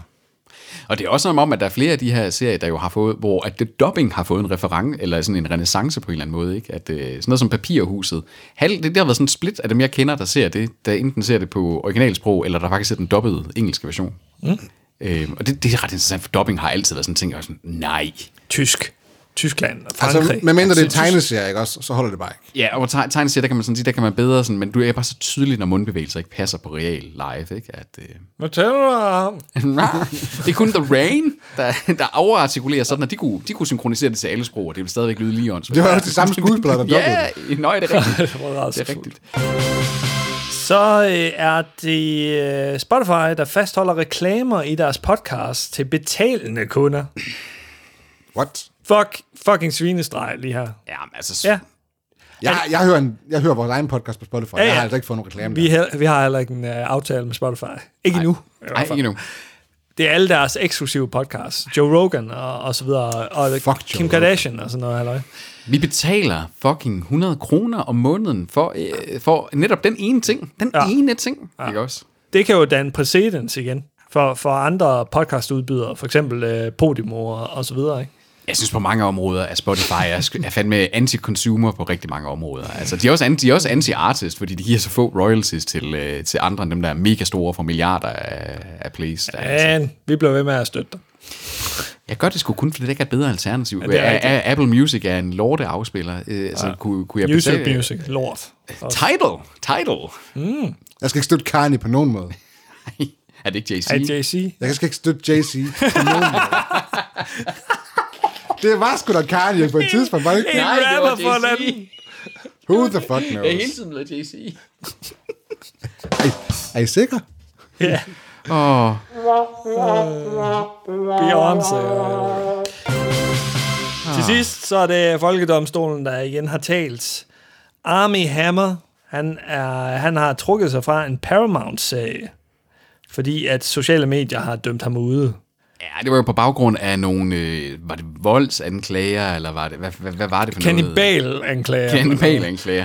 [SPEAKER 2] Og det er også som om, at der er flere af de her serier, der jo har fået, hvor at det dubbing har fået en reference, eller sådan en renaissance på en eller anden måde, ikke? At, øh, sådan noget som Papirhuset. Halv, det, det har været sådan en split af dem, jeg kender, der ser det, der enten ser det på originalsprog, eller der faktisk ser den dobbede engelske version. Mm. Øhm, og det, det, er ret interessant, for dubbing har altid været sådan en ting, jeg er sådan, nej.
[SPEAKER 1] Tysk. Tyskland og Frankrig.
[SPEAKER 3] altså medmindre det er tegneserier, ikke også, så holder det bare ikke.
[SPEAKER 2] Ja, og teg- tegneserier, der kan man sådan sige, der kan man bedre sådan, men du er bare så tydelig, når mundbevægelser ikke passer på real live, ikke? At, øh,
[SPEAKER 1] Hvad taler du
[SPEAKER 2] *laughs*
[SPEAKER 1] om?
[SPEAKER 2] det er kun The Rain, der, der overartikulerer sådan, at de kunne, de kunne synkronisere det til alle sprog, og det ville stadigvæk lyde lige åndssvagt.
[SPEAKER 3] Det var også det
[SPEAKER 2] *laughs*
[SPEAKER 3] *laughs* samme skuespiller, der dubbede
[SPEAKER 2] Ja, nøj, det er rigtigt.
[SPEAKER 1] Det var ret
[SPEAKER 2] Det
[SPEAKER 3] *laughs*
[SPEAKER 2] er rigtigt.
[SPEAKER 1] Så øh, er det øh, Spotify, der fastholder reklamer i deres podcast til betalende kunder.
[SPEAKER 3] What?
[SPEAKER 1] Fuck, fucking svinestreg lige her.
[SPEAKER 2] Ja, men altså,
[SPEAKER 1] Ja,
[SPEAKER 2] ja.
[SPEAKER 3] Jeg, jeg, hører en, jeg hører vores egen podcast på Spotify. Ja, ja.
[SPEAKER 1] ja.
[SPEAKER 3] Jeg har altså ikke fået nogen reklame.
[SPEAKER 1] vi,
[SPEAKER 3] der.
[SPEAKER 1] he- vi har heller ikke en øh, aftale med Spotify. Ikke endnu. i hvert
[SPEAKER 2] nej,
[SPEAKER 1] fald.
[SPEAKER 2] ikke nu.
[SPEAKER 1] Det er alle deres eksklusive podcasts. Joe Rogan og, og så videre. Og
[SPEAKER 3] Fuck Joe
[SPEAKER 1] Kim
[SPEAKER 3] Rogan.
[SPEAKER 1] Kardashian og sådan noget. Halløj.
[SPEAKER 2] Vi betaler fucking 100 kroner om måneden for, øh, for netop den ene ting. Den
[SPEAKER 1] Ja.
[SPEAKER 2] ja. ene ting, ja. ikke også?
[SPEAKER 1] Det kan jo danne præcedens igen for, for andre podcastudbydere. For eksempel øh, Podimo og, og så videre. Ikke?
[SPEAKER 2] Jeg synes på mange områder, at Spotify er, sk- er fandme anti-consumer på rigtig mange områder. Altså, de er også, an- de er også anti-artist, fordi de giver så få royalties til, øh, til andre end dem, der er mega store for milliarder af, af plays. Der, altså.
[SPEAKER 1] Men vi bliver ved med at støtte dig.
[SPEAKER 2] Jeg gør det sgu kun, fordi det ikke er et bedre alternativ. Ja,
[SPEAKER 1] det er
[SPEAKER 2] er A- Apple Music er en lorte afspiller. Øh, altså, ja. kunne, kunne jeg
[SPEAKER 1] YouTube
[SPEAKER 2] betale-
[SPEAKER 1] Music. Lort. Og-
[SPEAKER 2] Tidal! Tidal!
[SPEAKER 3] Jeg skal ikke støtte Kanye på nogen måde.
[SPEAKER 2] er det ikke JC?
[SPEAKER 1] Er JC?
[SPEAKER 3] Jeg skal ikke støtte Jay-Z på nogen måde. Det var sgu da Kanye på et tidspunkt, var det ikke?
[SPEAKER 1] En
[SPEAKER 2] Nej, det var
[SPEAKER 1] rapper for
[SPEAKER 2] JC.
[SPEAKER 1] den.
[SPEAKER 3] Who the fuck
[SPEAKER 2] Jeg er hele
[SPEAKER 3] knows?
[SPEAKER 2] tiden med JC.
[SPEAKER 3] Er I, er I sikre?
[SPEAKER 1] Ja.
[SPEAKER 2] Åh,
[SPEAKER 1] Beyoncé. og- Til sidst, så er det Folkedomstolen, der igen har talt. Army Hammer, han, er, han har trukket sig fra en Paramount-sag, fordi at sociale medier har dømt ham ude.
[SPEAKER 2] ja, det var jo på baggrund af nogle, øh, var det voldsanklager, eller var det, hvad, hvad, hvad var det for noget?
[SPEAKER 1] Kannibal-anklager.
[SPEAKER 2] Kannibal-anklager.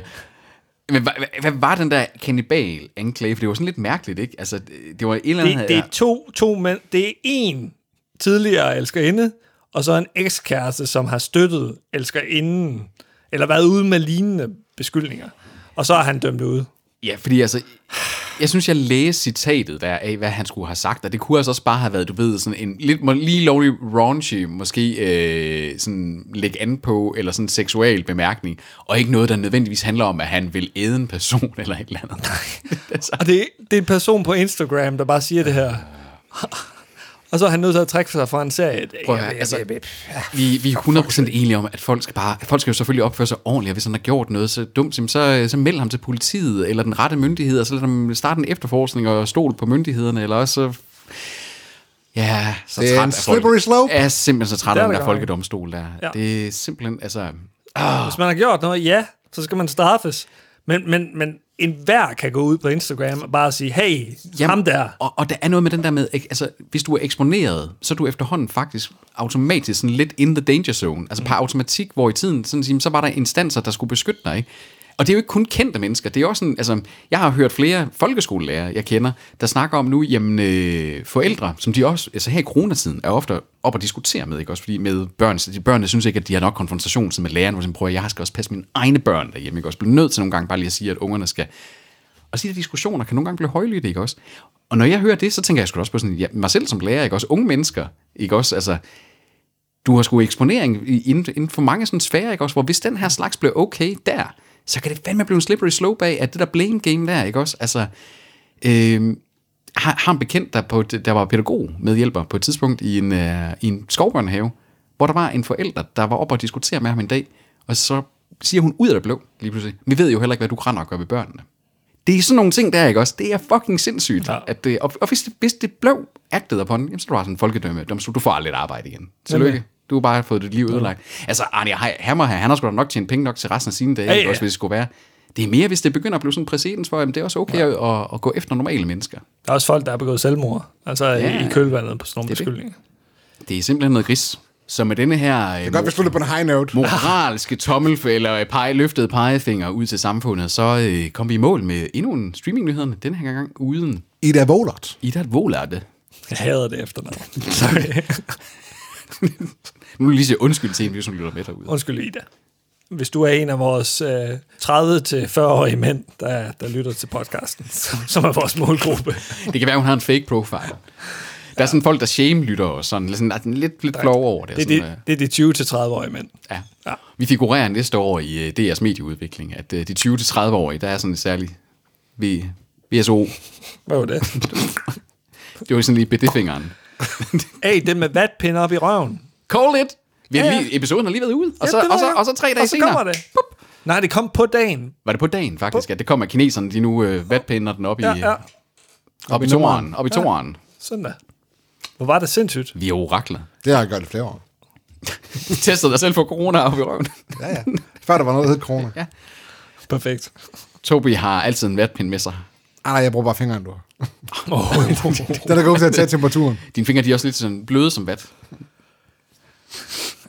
[SPEAKER 2] Men hvad, hvad, hvad var den der kannibal-anklage? For det var sådan lidt mærkeligt, ikke? Altså, det det var en eller anden...
[SPEAKER 1] Det, det er to, to mænd. Det er en tidligere elskerinde, og så en ekskæreste, som har støttet elskerinden, eller været ude med lignende beskyldninger. Og så er han dømt ude.
[SPEAKER 2] Ja, fordi altså, jeg synes, jeg læste citatet der af, hvad han skulle have sagt, og det kunne altså også bare have været, du ved, sådan en lidt må- lige lovlig raunchy, måske øh, sådan lægge an på, eller sådan en seksuel bemærkning, og ikke noget, der nødvendigvis handler om, at han vil æde en person *laughs* eller et eller andet. altså,
[SPEAKER 1] Og det, det er en person på Instagram, der bare siger det her. *laughs* og så er han nødt til at trække sig fra en serie.
[SPEAKER 2] prøv at høre, altså, vi, vi er 100% enige om, at folk skal, bare, folk skal jo selvfølgelig opføre sig ordentligt, og hvis han har gjort noget så dumt, jamen så, øh, så meld ham til politiet, eller den rette myndighed, og så lad dem starte en efterforskning og stol på myndighederne, eller også så Ja, så
[SPEAKER 3] Det er
[SPEAKER 2] træt
[SPEAKER 3] en
[SPEAKER 2] af folk.
[SPEAKER 3] slippery slope.
[SPEAKER 2] Jeg er simpelthen så træt
[SPEAKER 1] Det
[SPEAKER 2] af
[SPEAKER 1] er
[SPEAKER 2] den
[SPEAKER 1] det
[SPEAKER 2] der
[SPEAKER 1] godt nok.
[SPEAKER 2] folkedomstol der.
[SPEAKER 1] Ja.
[SPEAKER 2] Ja. Det er simpelthen, altså...
[SPEAKER 1] Hvis man har gjort noget, ja, så skal man straffes. Men, men, men enhver kan gå ud på Instagram og bare sige, hey, Jamen, ham der.
[SPEAKER 2] Og, og der er noget med den der med, ikke? altså, hvis du er eksponeret, så er du efterhånden faktisk automatisk sådan lidt in the danger zone. Altså mm. per automatik, hvor i tiden, sådan, at sige, så var der instanser, der skulle beskytte dig, ikke? Og det er jo ikke kun kendte mennesker. Det er også sådan, altså, jeg har hørt flere folkeskolelærer, jeg kender, der snakker om nu, jamen øh, forældre, som de også, altså her i coronatiden, er ofte op og diskutere med, ikke også? Fordi med børn, så de børnene synes ikke, at de har nok konfrontation sådan med læreren, hvor de prøver, jeg skal også passe mine egne børn derhjemme, ikke også? Bliver nødt til nogle gange bare lige at sige, at ungerne skal og de der diskussioner kan nogle gange blive højlydte, ikke også? Og når jeg hører det, så tænker jeg sgu da også på sådan, ja, mig selv som lærer, ikke også? Unge mennesker, ikke også? Altså, du har sgu eksponering i- inden, inden for mange sådan sfærer, ikke også? Hvor hvis den her slags bliver okay der, så kan det fandme blive en slippery slope af, at det der blame game der, ikke også? Altså, øh, har, har en bekendt, der, på, et- der var pædagog medhjælper på et tidspunkt i en, øh, i en skovbørnehave, hvor der var en forælder, der var oppe og diskutere med ham en dag, og så siger hun ud af det blå lige pludselig, vi ved jo heller ikke, hvad du grænder og gør ved børnene. Det er sådan nogle ting der, ikke også? Det er fucking sindssygt. Ja. At det, og, og hvis, det, hvis det blev acted upon, jamen, så er du har sådan en folkedømme, dom- så du får aldrig et arbejde igen. Tillykke. Du har bare fået dit liv ødelagt. Altså, Arne Hei- Hammer her, han har sgu da nok tjent penge nok til resten af sine dage,
[SPEAKER 1] Ja,
[SPEAKER 2] ja, ja.
[SPEAKER 1] ja.
[SPEAKER 2] også hvis det skulle være. Det er mere, hvis det begynder at blive sådan en præcedens for, at det er også okay ja. at, at, gå efter normale mennesker.
[SPEAKER 1] Der er også folk, der har begået selvmord. Altså ja, i kølvandet på sådan nogle
[SPEAKER 2] det er det.
[SPEAKER 1] beskyldninger.
[SPEAKER 2] Det er simpelthen noget gris. Så med denne her øh,
[SPEAKER 3] Godt, vi slutter på en high note.
[SPEAKER 2] moralske tommelf eller pege, løftede pegefinger ud til samfundet, så øh, kom vi i mål med endnu en streamingnyhederne den her gang uden
[SPEAKER 3] Ida Volert.
[SPEAKER 2] Ida Volarte.
[SPEAKER 1] Jeg hader det efternavn. Sorry.
[SPEAKER 2] Nu vil jeg lige sige undskyld til en, hvis hun lytter med
[SPEAKER 1] *laughs*
[SPEAKER 2] derude.
[SPEAKER 1] Undskyld, Ida. Hvis du er en af vores øh, 30-40-årige mænd, der, der lytter til podcasten, *laughs* som, som er vores målgruppe.
[SPEAKER 2] Det kan være, hun har en fake profile. Der er sådan folk, der shame-lytter og sådan, sådan der er sådan lidt, lidt flov over det.
[SPEAKER 1] Det er
[SPEAKER 2] sådan, øh,
[SPEAKER 1] de, det er de 20-30-årige mænd.
[SPEAKER 2] Ja. ja. Vi figurerer næste år i øh, DR's medieudvikling, at øh, de 20-30-årige, der er sådan en særlig v- VSO.
[SPEAKER 1] Hvad var det?
[SPEAKER 2] Det var sådan lige bedefingeren.
[SPEAKER 1] Hey, det med vatpind op i røven.
[SPEAKER 2] Call it! Vi har
[SPEAKER 1] Ja, ja.
[SPEAKER 2] lige, episoden har lige været ude, og,
[SPEAKER 1] Ja,
[SPEAKER 2] så,
[SPEAKER 1] det ved
[SPEAKER 2] og, så,
[SPEAKER 1] jeg.
[SPEAKER 2] og så tre dage
[SPEAKER 1] og så
[SPEAKER 2] senere.
[SPEAKER 1] Kommer det. Pup. Nej, det kom på dagen.
[SPEAKER 2] Var det på dagen faktisk, at det kom, at kineserne de nu øh, vatpinder den op i,
[SPEAKER 1] Ja, ja.
[SPEAKER 2] op i toren. Op i toren.
[SPEAKER 1] Sådan der. Hvor var det sindssygt.
[SPEAKER 2] Vi er orakler.
[SPEAKER 3] Det har jeg gjort i flere år.
[SPEAKER 2] Testede dig selv for corona op i røven.
[SPEAKER 3] Ja, ja. Før der var noget, der hed corona. Ja.
[SPEAKER 1] Perfekt.
[SPEAKER 2] *laughs* Tobi har altid en vatpind med sig.
[SPEAKER 3] Ah, Ej, nej, jeg bruger bare fingeren, du.
[SPEAKER 2] *laughs*
[SPEAKER 1] Oh.
[SPEAKER 3] Den er god til at tage temperaturen.
[SPEAKER 2] Dine fingre de er også lidt sådan bløde som vat.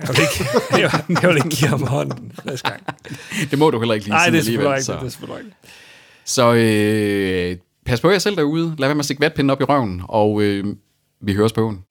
[SPEAKER 1] Jeg vil ikke, jeg, jeg vil ikke give ham hånden næste gang.
[SPEAKER 2] Det må du heller ikke lige
[SPEAKER 1] Nej,
[SPEAKER 2] sådan
[SPEAKER 1] det er selvfølgelig ikke. Det
[SPEAKER 2] alligevel,
[SPEAKER 1] er
[SPEAKER 2] Så,
[SPEAKER 1] selvfølgelig ikke.
[SPEAKER 2] så øh, pas på jer selv derude. Lad være med at stikke vatpinden op i røven, og øh, vi høres på øen.